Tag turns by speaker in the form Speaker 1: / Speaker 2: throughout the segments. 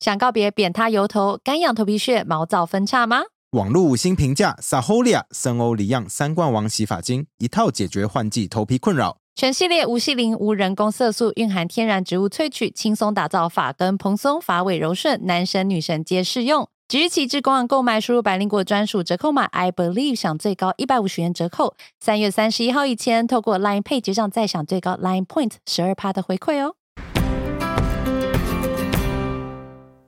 Speaker 1: 想告别扁塌油头、干痒头皮屑、毛躁分叉吗？
Speaker 2: 网络五星评价 Saholia 森欧里漾三冠王洗发精，一套解决换季头皮困扰。
Speaker 1: 全系列无细鳞、无人工色素，蕴含天然植物萃取，轻松打造发根蓬松、发尾柔顺，男神女神皆适用。即日起至官网购买，输入百灵果专属折扣码 I believe 享最高一百五十元折扣。三月三十一号以前，透过 Line Pay 结账再享最高 Line Point 十二趴的回馈哦。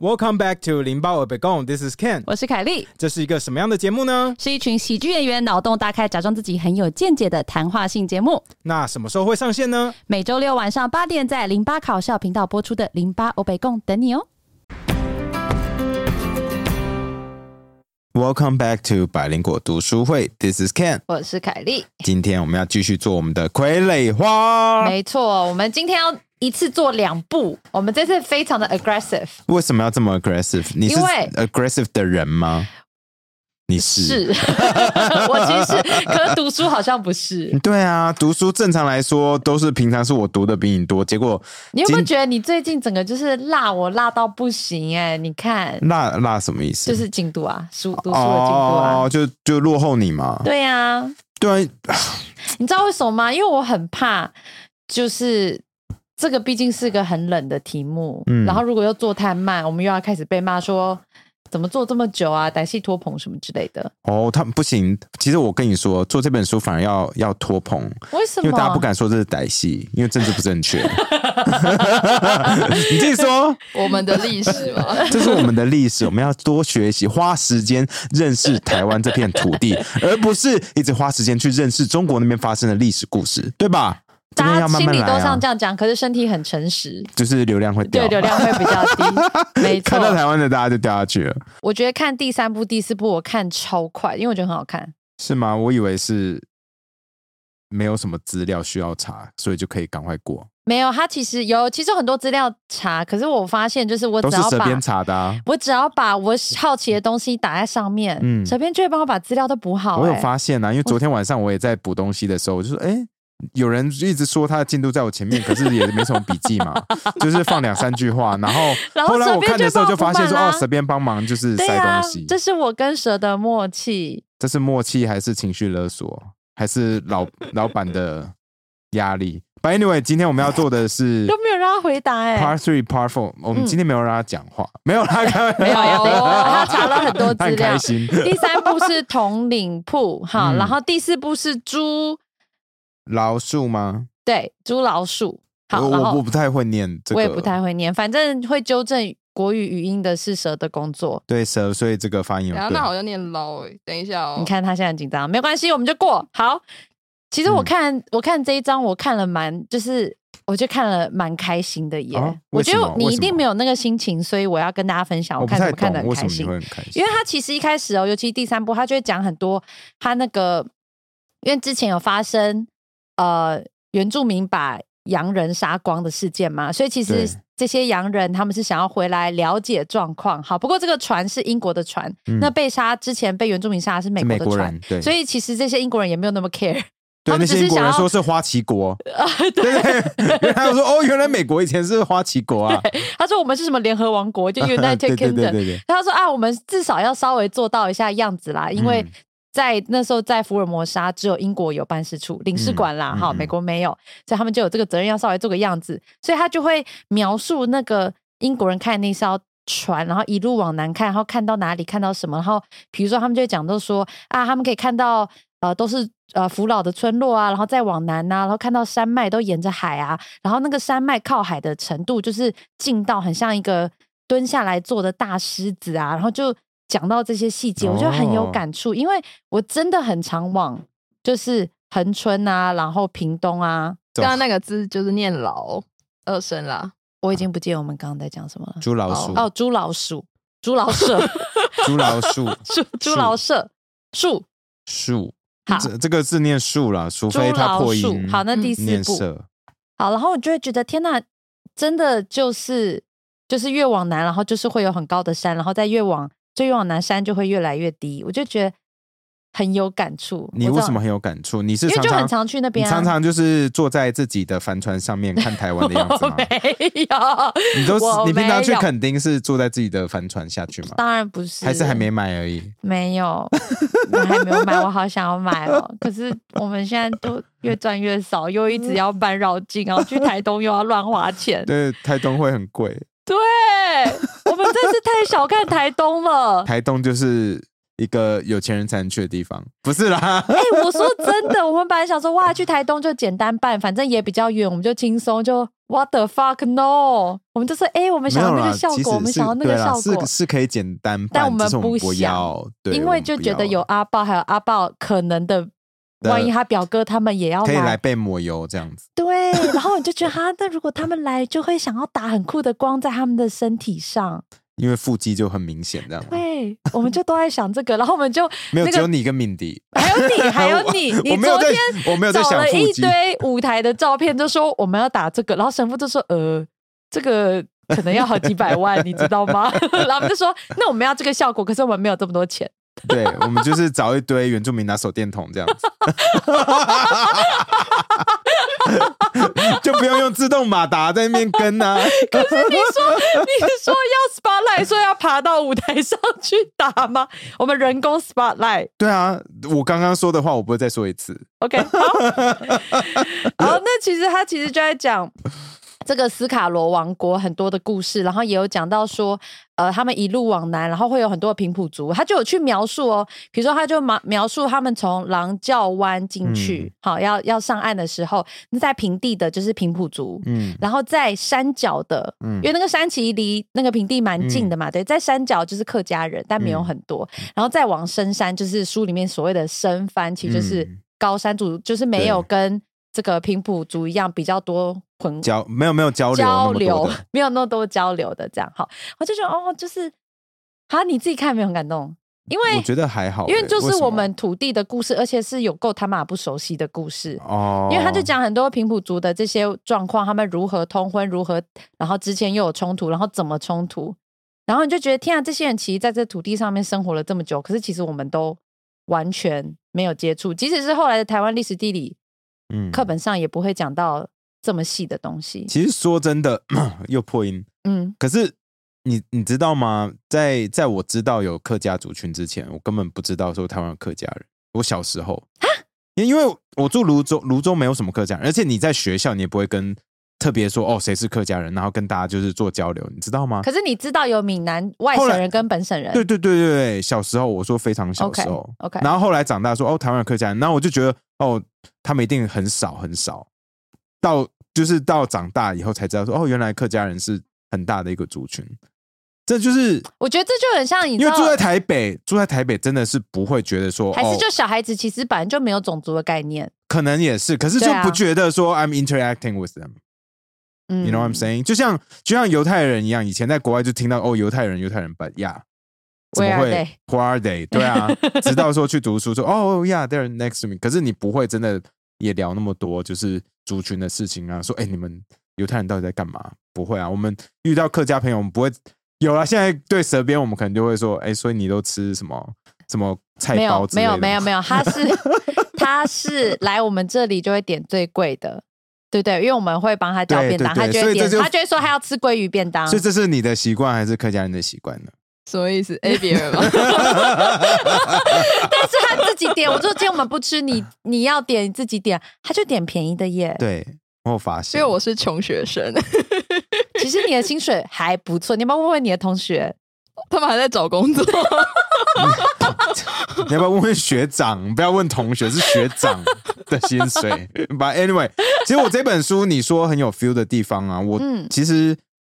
Speaker 2: Welcome back to 零八二北贡，This is Ken。
Speaker 1: 我是凯莉，
Speaker 2: 这是一个什么样的节目呢？
Speaker 1: 是一群喜剧演员脑洞大开，假装自己很有见解的谈话性节目。
Speaker 2: 那什么时候会上线呢？
Speaker 1: 每周六晚上八点在零八考校频道播出的《零八欧北共》等你哦。
Speaker 2: Welcome back to 百灵果读书会，This is Ken。
Speaker 1: 我是凯莉，
Speaker 2: 今天我们要继续做我们的傀儡花。
Speaker 1: 没错，我们今天要一次做两部，我们这次非常的 aggressive，
Speaker 2: 为什么要这么 aggressive？你是
Speaker 1: 因为
Speaker 2: aggressive 的人吗？你是？
Speaker 1: 是 我其实是，可是读书好像不 是。
Speaker 2: 对啊，读书正常来说都是平常是我读的比你多，结果
Speaker 1: 你有没有
Speaker 2: 今
Speaker 1: 觉得你最近整个就是辣我辣到不行哎、你看，
Speaker 2: 那那什么意思？
Speaker 1: 就是进度啊，书读书的进度啊。
Speaker 2: 哦，就就落后你嘛。
Speaker 1: 对啊，
Speaker 2: 对啊，
Speaker 1: 你知道为什么吗？因为我很怕，就是这个毕竟是个很冷的题目，
Speaker 2: 嗯
Speaker 1: 然后如果又做太慢，我们又要开始被骂说怎么做这么久啊，歹戏拖棚什么之类的。
Speaker 2: 哦，他们不行。其实我跟你说，做这本书反而要要拖棚，
Speaker 1: 为什
Speaker 2: 因为
Speaker 1: 么？
Speaker 2: 大家不敢说这是歹戏，因为政治不正确。 你自己说，
Speaker 3: 我们的历史嘛。
Speaker 2: 这是我们的历史，我们要多学习，花时间认识台湾这片土地，而不是一直花时间去认识中国那边发生的历史故事，对吧？这边
Speaker 1: 大
Speaker 2: 要
Speaker 1: 家
Speaker 2: 慢
Speaker 1: 心
Speaker 2: 慢
Speaker 1: 里
Speaker 2: 来
Speaker 1: 都
Speaker 2: 啊
Speaker 1: 像，这样讲，可是身体很诚实，
Speaker 2: 就是流量会掉
Speaker 1: 对，流量会比较 低。没错
Speaker 2: 看，到台湾的大家就掉下去了，
Speaker 1: 我觉得看第三部、第四部我看超快，因为我觉得很好看。
Speaker 2: 是吗？我以为是没有什么资料需要查，所以就可以赶快过，
Speaker 1: 没有，它其实有，其实有很多资料查，可是我发现就是我
Speaker 2: 都
Speaker 1: 只
Speaker 2: 是
Speaker 1: 要
Speaker 2: 随
Speaker 1: 把
Speaker 2: 便查的、啊。
Speaker 1: 我只要把我好奇的东西打在上面，
Speaker 2: 嗯
Speaker 1: 嗯，小编就会帮我把资料都补好、
Speaker 2: 我有
Speaker 1: 哎
Speaker 2: 发现啊，因为昨天晚上我也在补东西的时候，我就说，哎、有人一直说他的进度在我前面，可是也没什么笔 记嘛，就是放两三句话，然后
Speaker 1: 然后
Speaker 2: 后来我
Speaker 1: 随便
Speaker 2: 看的
Speaker 1: 就
Speaker 2: 时候
Speaker 1: 帮
Speaker 2: 就
Speaker 1: 我补
Speaker 2: 发现说，
Speaker 1: 满
Speaker 2: 哦，
Speaker 1: 啦
Speaker 2: 随便帮忙就是
Speaker 1: 对
Speaker 2: 塞
Speaker 1: 啊
Speaker 2: 东西，，
Speaker 1: 这是我跟蛇的默契。
Speaker 2: 这是默契还是情绪勒索，还是老老板的压力？But anyway，今天我们要做的 是
Speaker 1: 都没有让他回答哎、嗯
Speaker 2: Part Three、Part Four，我们今天没有让他讲话， 没有他开，没
Speaker 1: 有他查了很多资料
Speaker 2: 他很 开心。
Speaker 1: 第三部是统领铺，哈，
Speaker 2: 嗯
Speaker 1: 然后第四部是猪，
Speaker 2: 老树吗？
Speaker 1: 对，猪老鼠。好，
Speaker 2: 哦我
Speaker 1: 然
Speaker 2: 我我
Speaker 1: 后
Speaker 2: 不太会念这个，
Speaker 1: 我也不太会念，反正会纠正国语语音的是蛇的工作。
Speaker 2: 对蛇，所以这个发音有
Speaker 3: 然后
Speaker 2: 对
Speaker 3: 那好像念捞诶、等一下哦。
Speaker 1: 你看他现在很紧张，没关系，我们就过。好，其实我
Speaker 2: 嗯
Speaker 1: 看、我看这一章，我看了蛮，就是我就看了蛮开心的耶。
Speaker 2: 啊
Speaker 1: 我
Speaker 2: 为什
Speaker 1: 觉
Speaker 2: 么
Speaker 1: 得你
Speaker 2: 为
Speaker 1: 一
Speaker 2: 什
Speaker 1: 定
Speaker 2: 么
Speaker 1: 没有那个心情，所以我要跟大家分享，
Speaker 2: 我不
Speaker 1: 看怎
Speaker 2: 太
Speaker 1: 么看得很
Speaker 2: 懂为什
Speaker 1: 开
Speaker 2: 么你
Speaker 1: 心
Speaker 2: 会。很开
Speaker 1: 因
Speaker 2: 心，
Speaker 1: 为他其实一开始哦，尤其第三部，他就会讲很多他那个，因为之前有发生呃原住民把洋人杀光的事件嘛，所以其实
Speaker 2: 对
Speaker 1: 这些洋人他们是想要回来了解状况。好，不过这个船是英国的船，
Speaker 2: 嗯
Speaker 1: 那被杀之前被原住民杀的是美
Speaker 2: 是
Speaker 1: 国
Speaker 2: 美
Speaker 1: 的
Speaker 2: 国
Speaker 1: 船
Speaker 2: 人，，对，
Speaker 1: 所以其实这些英国人也没有那么 care。他
Speaker 2: 对那
Speaker 1: 们只
Speaker 2: 些
Speaker 1: 是
Speaker 2: 英国人
Speaker 1: 想要啊
Speaker 2: 说是花旗 国，对 对，对他们说哦，原来美国以前是花旗 国啊，
Speaker 1: 他说我们是什么联合王国，就 United
Speaker 2: 对对对
Speaker 1: Kingdom。
Speaker 2: 对对，
Speaker 1: 他说啊，我们至少要稍微做到一下样子啦，因为
Speaker 2: 嗯
Speaker 1: 在那时候在福尔摩沙只有英国有办事处、领事馆啦，
Speaker 2: 嗯
Speaker 1: 哈、
Speaker 2: 嗯
Speaker 1: 美国没有，所以他们就有这个责任要稍微做个样子，所以他就会描述那个英国人开的那艘。船，然后一路往南看，然后看到哪里，看到什么，然后比如说他们就会讲到说啊，他们可以看到呃都是呃福老的村落啊，然后再往南呐、然后看到山脉都沿着海啊，然后那个山脉靠海的程度，就是近到很像一个蹲下来坐的大狮子啊，然后就讲到这些细节，我觉得很有
Speaker 2: 哦
Speaker 1: 感触，因为我真的很常往就是恒春啊，然后屏东啊，
Speaker 3: 刚刚那个字就是念捞二声啦，
Speaker 1: 我已经不记得我们刚刚在讲什么了。
Speaker 2: 猪老鼠，
Speaker 1: 哦，猪老鼠，猪 老舍，
Speaker 2: 猪老鼠
Speaker 1: 猪猪老舍树，
Speaker 2: 树，
Speaker 1: 好
Speaker 2: 这这个字念树啦，除
Speaker 1: 猪
Speaker 2: 非它
Speaker 1: 老
Speaker 2: 破
Speaker 1: 鼠。
Speaker 2: 音，
Speaker 1: 好，那第四
Speaker 2: 念
Speaker 1: 步，
Speaker 2: 社，
Speaker 1: 好，然后我就会觉得天呐，真的就是就是越往南，然后就是会有很高的山，然后再越往就越往南山就会越来越低，我就觉得很有感触。
Speaker 2: 你
Speaker 1: 我知
Speaker 2: 为
Speaker 1: 道
Speaker 2: 什么？很有感触？你是
Speaker 1: 因为
Speaker 2: 常
Speaker 1: 就很
Speaker 2: 常
Speaker 1: 常去那
Speaker 2: 你
Speaker 1: 边、啊，
Speaker 2: 常常就是坐在自己的帆船上面看台湾的样子吗？
Speaker 1: 没有，
Speaker 2: 你都是
Speaker 1: 我
Speaker 2: 你平常去
Speaker 1: 没有
Speaker 2: 垦丁是坐在自己的帆船下去吗？
Speaker 1: 当然不是，
Speaker 2: 还是还没买而已？
Speaker 1: 没有，我还没有买，我好想要买哦。可 是我们现在都越赚越少，又一直要办绕境，然后去台东又要乱花钱。
Speaker 2: 嗯对，台东会很 贵，
Speaker 1: 对，我们真是太小看台东了。
Speaker 2: 台东就是一个有钱人才能去的地方，不是啦？
Speaker 1: 哎、我说真的，我们本来想说哇，去台东就简单办，反正也比较远，我们就轻松。就 What the fuck no！我们就是哎、我们
Speaker 2: 没
Speaker 1: 想
Speaker 2: 有
Speaker 1: 要那
Speaker 2: 啦，
Speaker 1: 个效
Speaker 2: 其实
Speaker 1: 果，我们
Speaker 2: 是
Speaker 1: 想要那
Speaker 2: 对
Speaker 1: 个
Speaker 2: 啦
Speaker 1: 效果
Speaker 2: 是，是可以简单办，
Speaker 1: 但我们
Speaker 2: 只是
Speaker 1: 不
Speaker 2: 不
Speaker 1: 想
Speaker 2: 要，对，
Speaker 1: 因
Speaker 2: 我
Speaker 1: 为
Speaker 2: 们
Speaker 1: 就
Speaker 2: 不
Speaker 1: 觉得
Speaker 2: 要
Speaker 1: 有阿豹还有阿豹可能的，
Speaker 2: 的
Speaker 1: 万一他表哥他们也要
Speaker 2: 可以
Speaker 1: 来
Speaker 2: 来被抹油这样子。
Speaker 1: 对，然后你就觉得哈，那如果他们来，就会想要打很酷的光在他们的身体上。
Speaker 2: 因为腹肌就很明显，这样吗
Speaker 1: 对，我们就都在想这个，然后我们就
Speaker 2: 没有、
Speaker 1: 那个
Speaker 2: 只有你跟敏迪，
Speaker 1: 还有你，还有你， 你
Speaker 2: 我没有
Speaker 1: 昨
Speaker 2: 在
Speaker 1: 天，
Speaker 2: 我没有在
Speaker 1: 找
Speaker 2: 想
Speaker 1: 了
Speaker 2: 腹
Speaker 1: 一
Speaker 2: 肌，
Speaker 1: 堆舞台的照片，就说我们要打这个，然后神父就说呃，这 个可能要好几百万，你知道吗？然后我们就说那我们要这个效果，可是我们没有这么多钱。
Speaker 2: 对我们就是找一堆原住民拿手电筒这样子， 就不用用自动马达在那边跟啊，
Speaker 1: 可是你说你说要 spotlight，说要爬到舞台上去打吗？我们人工 spotlight。
Speaker 2: 对啊，我刚刚说的话我不会再说一次，
Speaker 1: OK，好，好，那其实他其实就在讲这个斯卡罗王国很多的故事，然后也有讲到说，呃，他们一路往南，然后会有很多的平埔族，他就有去描述哦，比如说他就描描述他们从狼叫湾进去，好要要上岸的时候，那在平地的就是平埔族，
Speaker 2: 嗯
Speaker 1: 然后在山脚的，
Speaker 2: 嗯
Speaker 1: 因为那个山其实离那个平地蛮近的嘛，对，在山脚就是客家人，但没有很多。
Speaker 2: 嗯
Speaker 1: 然后再往深山，就是书里面所谓的深番，其实就是
Speaker 2: 嗯
Speaker 1: 高山族，就是没有跟这个平埔族一样比较多混
Speaker 2: 交没有没有交流那
Speaker 1: 交
Speaker 2: 么多
Speaker 1: 流
Speaker 2: 的，，
Speaker 1: 没有那么多交流的这样。好，我就觉得哦，就是啊，你自己看有没有很感动，因为
Speaker 2: 我觉得还好欸、
Speaker 1: 因为就
Speaker 2: 为
Speaker 1: 是
Speaker 2: 什么
Speaker 1: 我们土地的故事，而且是有够他妈不熟悉的故事。
Speaker 2: 哦，
Speaker 1: 因为他就讲很多平埔族的这些状况，他们如何通婚，如何，然后之前又有冲突，然后怎么冲突，然后你就觉得天啊，这些人其实在这土地上面生活了这么久，可是其实我们都完全没有接触，即使是后来的台湾历史地理
Speaker 2: 嗯
Speaker 1: 课本上也不会讲到这么细的东西。
Speaker 2: 其实说真的 又破音，
Speaker 1: 嗯，
Speaker 2: 可是你你知道吗？在在我知道有客家族群之前，我根本不知道说台湾有客家人。我小时候，因因为我住泸州，泸州没有什么客家人，而且你在学校你也不会跟特别说哦谁是客家人，然后跟大家就是做交流，你知道吗？
Speaker 1: 可是你知道有闽南外
Speaker 2: 后来
Speaker 1: 省人跟本省人，
Speaker 2: 对对对对对，小时候我说非常小时候
Speaker 1: OK，OK
Speaker 2: 然后后来长大说哦台湾有客家人，然后我就觉得哦他们一定很少很少，到就是到长大以后才知道说哦原来客家人是很大的一个族群，这就是
Speaker 1: 我觉得这就很像你知
Speaker 2: 因为
Speaker 1: 道
Speaker 2: 住，在台北，住在台北真的是不会觉得说，
Speaker 1: 还是
Speaker 2: 哦
Speaker 1: 就、小孩子其实本来就没有种族的概念。
Speaker 2: 可能也是，可是就
Speaker 1: 对啊
Speaker 2: 不觉得说、I'm interacting with them。
Speaker 1: 嗯
Speaker 2: You know what I'm saying？就像就像犹太人一样，以前在国外就听到哦，犹太人，犹太人，but yeah，怎
Speaker 1: Where
Speaker 2: 么
Speaker 1: are
Speaker 2: 会 Who are they？对啊，直到说去读书说哦，yeah，they're next to me。可是你不会真的也聊那么多，就是族群的事情啊，说哎，你们犹太人到底在干嘛？不会啊，我们遇到客家朋友，我们不会有啊。现在对舌边，我们可能就会说，哎，所以你都吃什么什么菜
Speaker 1: 没
Speaker 2: 包
Speaker 1: 有
Speaker 2: 之
Speaker 1: 没
Speaker 2: 类的
Speaker 1: 有
Speaker 2: 吗
Speaker 1: 没有没有，他是他是来我们这里就会点最贵的，对不对？因为我们会帮他叫
Speaker 2: 对
Speaker 1: 便
Speaker 2: 对
Speaker 1: 当，他
Speaker 2: 对
Speaker 1: 就
Speaker 2: 所以
Speaker 1: 会
Speaker 2: 这
Speaker 1: 点，
Speaker 2: 就
Speaker 1: 他就会说他要吃鲑鱼便当
Speaker 2: 所。以这是你的习惯还是客家人的习惯呢？
Speaker 3: 什么 意思？A 别人吗？
Speaker 1: 但是他自己点，我说今天我们不吃，你你要点你自己点，他就点便宜的耶。
Speaker 2: 对，我有发现，
Speaker 3: 因为我是穷学生，
Speaker 1: 其实你的薪水还不错，你要不要问问你的同学？
Speaker 3: 他们还在找 工作。
Speaker 2: 你要不要问问学长？不 要问同学，是学长 的薪水。But anyway，其实我这本书你说很有 feel 的地方啊，我
Speaker 1: 嗯
Speaker 2: 其实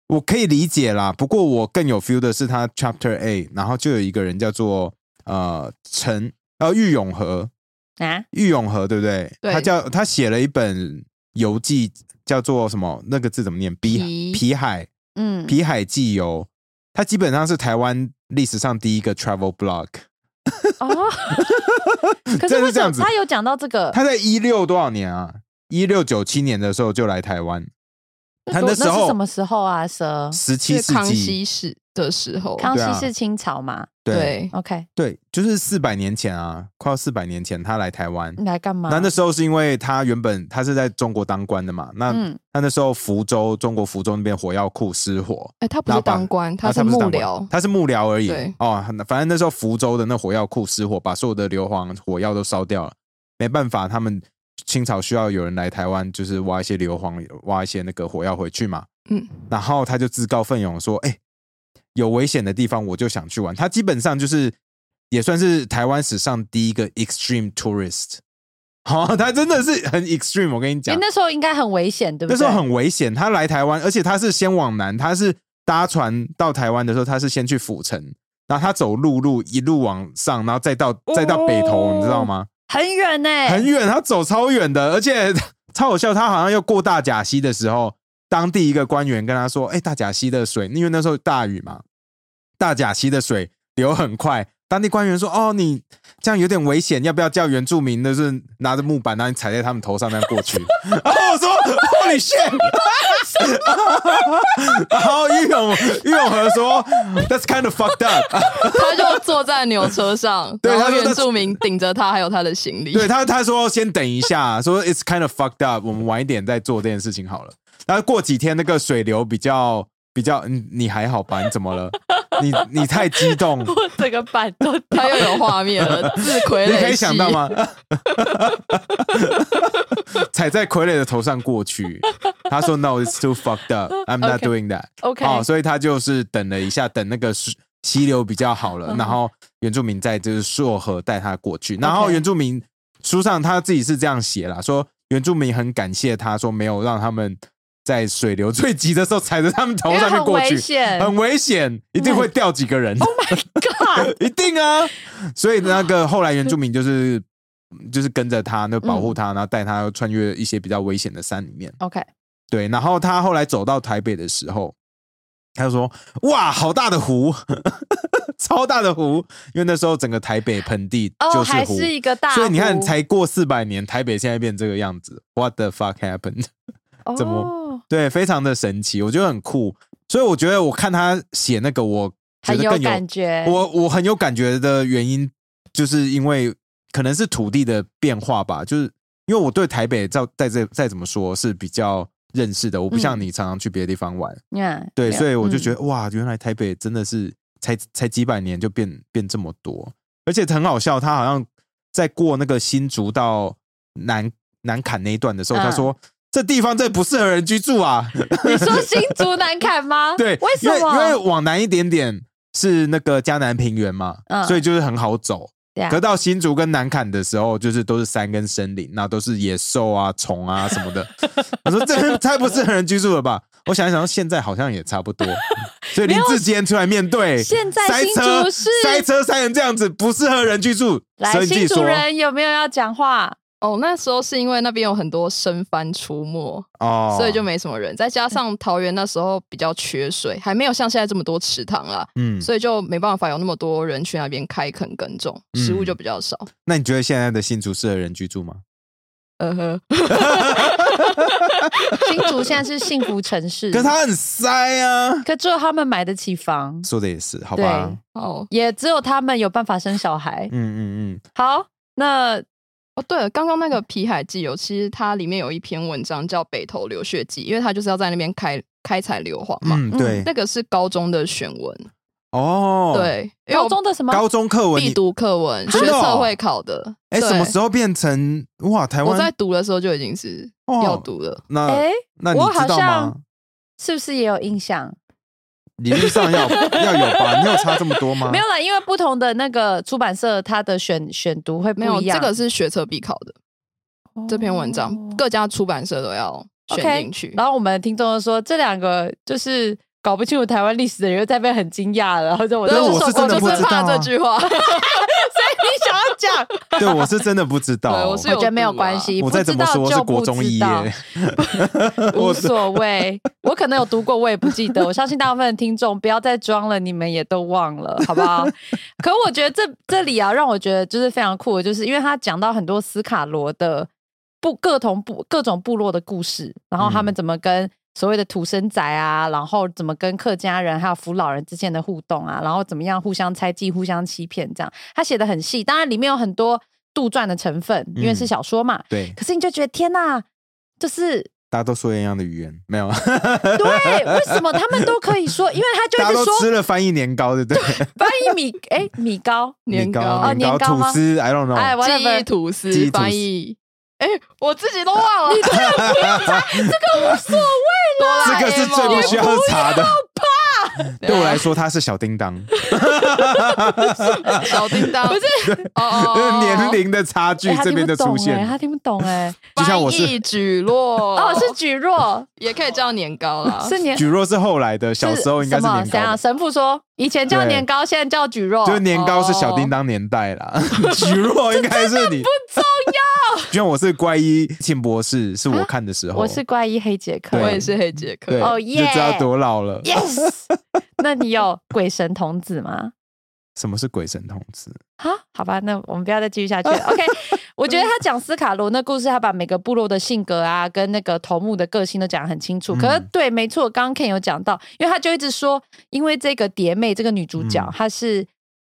Speaker 2: 我可以理解啦。不过我更有 feel 的是他 Chapter A，然后就有一个人叫做呃陈呃郁永和，
Speaker 1: 啊，
Speaker 2: 郁永和对不对？
Speaker 3: 对
Speaker 2: 他叫他写了一本游记，叫做什么？那个字怎么念？
Speaker 3: 皮
Speaker 2: 比皮海
Speaker 1: 嗯，
Speaker 2: 皮海纪游。他基本上是台湾历史上第一个 travel blog，
Speaker 1: 哦，可是
Speaker 2: 真的
Speaker 1: 为
Speaker 2: 是这
Speaker 1: 什
Speaker 2: 样
Speaker 1: 么
Speaker 2: 子
Speaker 1: 他有讲到这个？
Speaker 2: 他在一六多少年啊？一六九七年的时候就来台湾，他那
Speaker 1: 那
Speaker 2: 时
Speaker 1: 是
Speaker 2: 候
Speaker 1: 什么时候啊？蛇
Speaker 2: 十七
Speaker 3: 是
Speaker 2: 世
Speaker 3: 康
Speaker 2: 纪，
Speaker 3: 熙时的时候，
Speaker 1: 康
Speaker 2: 对啊
Speaker 1: 熙是清朝嘛
Speaker 2: 对
Speaker 3: 对，
Speaker 1: ？OK，
Speaker 2: 对，就是四百年前啊，快要四百年前他来台湾。
Speaker 1: 你来干嘛？
Speaker 2: 那那时候是因为他原本他是在中国当官的嘛，那
Speaker 1: 嗯
Speaker 2: 他那时候福州中国福州那边火药库失火，
Speaker 3: 哎，他不
Speaker 2: 然后
Speaker 3: 是
Speaker 2: 把
Speaker 3: 当官，
Speaker 2: 啊
Speaker 3: 是
Speaker 2: 不
Speaker 3: 幕
Speaker 2: 当官
Speaker 3: 僚，
Speaker 2: 他是幕僚而已
Speaker 3: 对。
Speaker 2: 哦，反正那时候福州的那火药库失火，把所有的硫磺火药都烧掉了，没办法，他们清朝需要有人来台湾，就是挖一些硫磺，挖一些那个火药回去嘛。
Speaker 3: 嗯，
Speaker 2: 然后他就自告奋勇说：“哎、有危险的地方我就想去玩。”他基本上就是也算是台湾史上第一个 extreme tourist。好、 他真的是很 extreme，我跟你
Speaker 1: 因
Speaker 2: 讲
Speaker 1: 为，那时候应该很危险，对不对？
Speaker 2: 那时候很危险。他来台湾，而且他是先往南，他是搭船到台湾的时候，他是先去府城，然后他走陆路一路往上，然后再到再到北投，
Speaker 1: 哦
Speaker 2: 你知道吗？
Speaker 1: 很远呢、
Speaker 2: 很远，他走超远的，而且 超好笑。他好像要过大甲溪的时候，当地一个官员跟他说：“哎、大甲溪的水，因为那时候大雨嘛，大甲溪的水流很快。”当地官员说：“哦，你这样有点危险，要不要叫原住民的是拿着木板，然后你踩在他们头上那样过去？” 然后我说：“Holy shit！” 然后玉永玉永和说：“That's kind of fucked up。”
Speaker 3: 他就坐在牛车上，
Speaker 2: 对
Speaker 3: 然
Speaker 2: 他
Speaker 3: 后
Speaker 2: 说他
Speaker 3: 原住民顶着他，还有他的行 李，
Speaker 2: 对他，他说先等一下，说 it's kind of fucked up，我们晚一点再做这件事情好了。然后过几天那个水流比较比较，你你还好吧？你怎么了？你你太激动，你
Speaker 1: 我整个板 都
Speaker 3: 他又有画面了，自傀儡，
Speaker 2: 可以想到？吗？ 踩在傀儡的头上过去，他说 no it's too fucked up, I'm not
Speaker 1: OK
Speaker 2: doing that。
Speaker 1: OK，、
Speaker 2: 哦，所以他就是等了一下，等那个水溪流比较好了，
Speaker 1: 嗯
Speaker 2: 然后原住民在就是溯河带他过去，然后
Speaker 1: OK
Speaker 2: 原住民书上他自己是这样写啦，说原住民很感谢他，说没有让他们在水流最急的时候踩着他们头
Speaker 1: 因为
Speaker 2: 上面
Speaker 1: 很
Speaker 2: 过
Speaker 1: 危
Speaker 2: 去，
Speaker 1: 险。
Speaker 2: 很危险，一定会掉几个人。
Speaker 1: Oh my god！
Speaker 2: 一定啊！所以那个后来原住民就是就是跟着他，那保
Speaker 1: 嗯
Speaker 2: 护他，然后带他穿越一些比较危险的山里面。
Speaker 1: OK，
Speaker 2: 对，然后他后来走到台北的时候，他就说：“哇，好大的湖， 超大的湖！”因为那时候整个台北盆地
Speaker 1: 哦，
Speaker 2: 就是
Speaker 1: 还
Speaker 2: 湖，
Speaker 1: 是一个大湖，
Speaker 2: 所以你看，才过四百年，台北现在变这个样子。What the fuck happened？怎 么
Speaker 1: 哦、
Speaker 2: 对，非常的神奇，我觉得很酷。所以我觉得我看他写那个，我觉
Speaker 1: 很
Speaker 2: 得更有
Speaker 1: 感觉？
Speaker 2: 我我很有感觉的原因，就是因为可能是土地的变化吧，就是因为我对台北再再再再怎么说是比较认识的，我不
Speaker 1: 嗯
Speaker 2: 像你常常去别的地方玩，
Speaker 1: 你看，嗯
Speaker 2: 对，所以我就
Speaker 1: 得
Speaker 2: 觉得、哇，原来台北真的是才才几百年就变变这么多，而且很好笑，他好像在过那个新竹到南南坎那一段的时候，他
Speaker 1: 嗯
Speaker 2: 说这地方这不适合人居住 啊，
Speaker 1: 你说新竹难砍吗？
Speaker 2: 对，
Speaker 1: 为什
Speaker 2: 因为因为
Speaker 1: 么？
Speaker 2: 往南一点点是那个嘉南平原嘛，
Speaker 1: 嗯
Speaker 2: 所以就是很好走。
Speaker 1: 对啊
Speaker 2: 可到新竹跟南坎的时候，就是都是山跟森林，那都是野兽啊、虫啊什么的。我说这太不适合人居住了吧？我想一想，现在好像也差不多。所以林志坚出来面对，
Speaker 1: 现在
Speaker 2: 塞
Speaker 1: 新
Speaker 2: 车
Speaker 1: 竹是
Speaker 2: 塞车塞成这样子，不适合人居住。所以
Speaker 1: 来，
Speaker 2: 你自己
Speaker 1: 新竹
Speaker 2: 说
Speaker 1: 人有没有要讲话？
Speaker 3: 哦，那时候是因为那边有很多生番出没，
Speaker 2: 哦，
Speaker 3: 所以就没什么人。再加上桃园那时候比较缺水，还没有像现在这么多池塘啦，
Speaker 2: 嗯。
Speaker 3: 所以就没办法有那么多人去那边开垦耕种，
Speaker 2: 嗯
Speaker 3: 食物就比较少。
Speaker 2: 那你觉得现在的新竹适合人居住吗？
Speaker 3: 呃呵，
Speaker 1: 新竹现在是幸福城市，
Speaker 2: 可是它很塞啊。
Speaker 1: 可只有他们买得起房，
Speaker 2: 说的也是，好吧
Speaker 1: 对。
Speaker 3: 哦
Speaker 1: 也只有他们有办法生小孩
Speaker 2: 嗯。嗯嗯，
Speaker 1: 好，那
Speaker 3: 哦，对了，刚刚那个《皮海纪游》，其实它里面有一篇文章叫《北投流血记》，因为它就是要在那边开开采硫磺嘛。
Speaker 2: 嗯，对，
Speaker 3: 那个是高中的选文，
Speaker 2: 哦，，
Speaker 3: 对，因为
Speaker 1: 高
Speaker 3: 我
Speaker 1: 中的什么？
Speaker 2: 高中课文
Speaker 3: 必
Speaker 2: 你，
Speaker 3: 读课文，学
Speaker 2: 真的哦
Speaker 3: 测会考的。
Speaker 2: 哎，什么
Speaker 3: 对
Speaker 2: 时候变成哇？台
Speaker 3: 我在
Speaker 2: 湾
Speaker 3: 读的时候就已经是
Speaker 2: 哦
Speaker 3: 要读了。
Speaker 2: 那
Speaker 1: 哎，
Speaker 2: 那你
Speaker 1: 我好
Speaker 2: 知道吗
Speaker 1: 像？是不是也有印象？
Speaker 2: 理论 上要要有吧？你有差这么多吗？
Speaker 1: 没有啦，因为不同的那个出版社，它的选选读会不
Speaker 3: 没有，
Speaker 1: 一样。
Speaker 3: 这个是学测必考的这篇文章，
Speaker 1: 哦
Speaker 3: 各家出版社都要选
Speaker 1: OK，
Speaker 3: 进去。
Speaker 1: 然后我们听众就说，这两个就是搞不清楚台湾历史的人，又在那边很惊讶了。然后就我
Speaker 2: 对
Speaker 1: 就
Speaker 2: 我
Speaker 1: 说
Speaker 2: 是真的
Speaker 1: 我
Speaker 2: 不
Speaker 1: 就
Speaker 2: 知
Speaker 1: 是
Speaker 2: 道啊
Speaker 1: 怕
Speaker 3: 怕这 句话，
Speaker 1: 你想要讲，
Speaker 2: 对，我是真的不知
Speaker 3: 对
Speaker 2: 道。
Speaker 3: 我是
Speaker 1: 我
Speaker 3: 有
Speaker 1: 觉得没有
Speaker 3: 读啊
Speaker 1: 关系，
Speaker 2: 我再怎么说
Speaker 1: 不
Speaker 2: 我
Speaker 1: 知
Speaker 2: 是
Speaker 1: 道就
Speaker 2: 国
Speaker 1: 不
Speaker 2: 中
Speaker 1: 知
Speaker 2: 一
Speaker 1: 道
Speaker 2: 耶，
Speaker 1: 无所谓。我可能有读过，我也不记得。我相信大部分的听众不要再装了，你们也都忘了， 好不好？可我觉得这这里啊，让我觉得就是非常酷的，就是因为他讲到很多斯卡罗的部各同部各种部落的故事，然后他们怎么跟所谓的土生仔啊，然后怎么跟客家人还有扶老人之间的互动啊，然后怎么样互相猜忌、互相欺骗这样。他写的很细，当然里面有很多杜撰的成分，因为是
Speaker 2: 嗯
Speaker 1: 小说嘛。
Speaker 2: 对，
Speaker 1: 可是你就觉得天呐，就是
Speaker 2: 大家都说一样的语言，没有啊，
Speaker 1: 对，为什么他们都可以说？因为他
Speaker 2: 大
Speaker 1: 就
Speaker 2: 家
Speaker 1: 一直
Speaker 2: 都吃
Speaker 1: 说
Speaker 2: 了翻译年糕，对不对？
Speaker 1: 翻译米哎、米糕，
Speaker 3: 年糕
Speaker 2: 糕，
Speaker 1: 哦 年
Speaker 2: 年
Speaker 1: 糕
Speaker 2: 吐
Speaker 1: 吗
Speaker 2: 司，I don't
Speaker 1: 哎
Speaker 2: know，
Speaker 1: 我
Speaker 3: 记忆
Speaker 2: 记忆
Speaker 3: 吐司
Speaker 2: 吐司
Speaker 3: 翻译。哎，我自己都忘了，你这
Speaker 2: 这
Speaker 3: 个
Speaker 2: 个是最不需要查的。 对我
Speaker 1: 啊
Speaker 2: 来说，它是小叮当，
Speaker 3: 小 叮当，不是哦哦哦，
Speaker 2: 年龄的差距
Speaker 1: 哎他
Speaker 2: 这
Speaker 1: 听
Speaker 2: 边
Speaker 1: 不
Speaker 2: 就出
Speaker 1: 懂哎、
Speaker 2: 现，
Speaker 1: 他听不懂哎、
Speaker 2: 就像我是
Speaker 3: 哦翻译举落，
Speaker 1: 哦，是举若，
Speaker 3: 也可以叫年糕啦，
Speaker 1: 是年
Speaker 2: 举若是后来的，小时候应该是
Speaker 1: 什么
Speaker 2: 年
Speaker 1: 怎样
Speaker 2: 糕，
Speaker 1: 神父说以前叫
Speaker 2: 对
Speaker 1: 年糕，现在叫哦举若，
Speaker 2: 就是年糕是小叮当年 代啦， 举若应该是你不重要。就像我是怪医庆博士，是我看的时候，
Speaker 1: 啊我是怪医黑杰克
Speaker 2: 对
Speaker 3: 我也是黑杰克
Speaker 2: 对，，
Speaker 1: 哦
Speaker 2: 就
Speaker 1: 耶
Speaker 2: 知道多老了。
Speaker 1: ，yes。那 你有鬼神童子吗？
Speaker 2: 什么是鬼神童子？
Speaker 1: 啊，好吧，那我们不要再继续下去了。OK，我 觉得他讲斯卡罗那故事，他把每个部落的性格啊，跟那个头目的个性都讲得很清楚。可是
Speaker 2: 嗯
Speaker 1: 对，没错，刚刚 Ken 有讲到，因为他就一直说，因为这个蝶妹这个女主角，
Speaker 2: 嗯
Speaker 1: 她是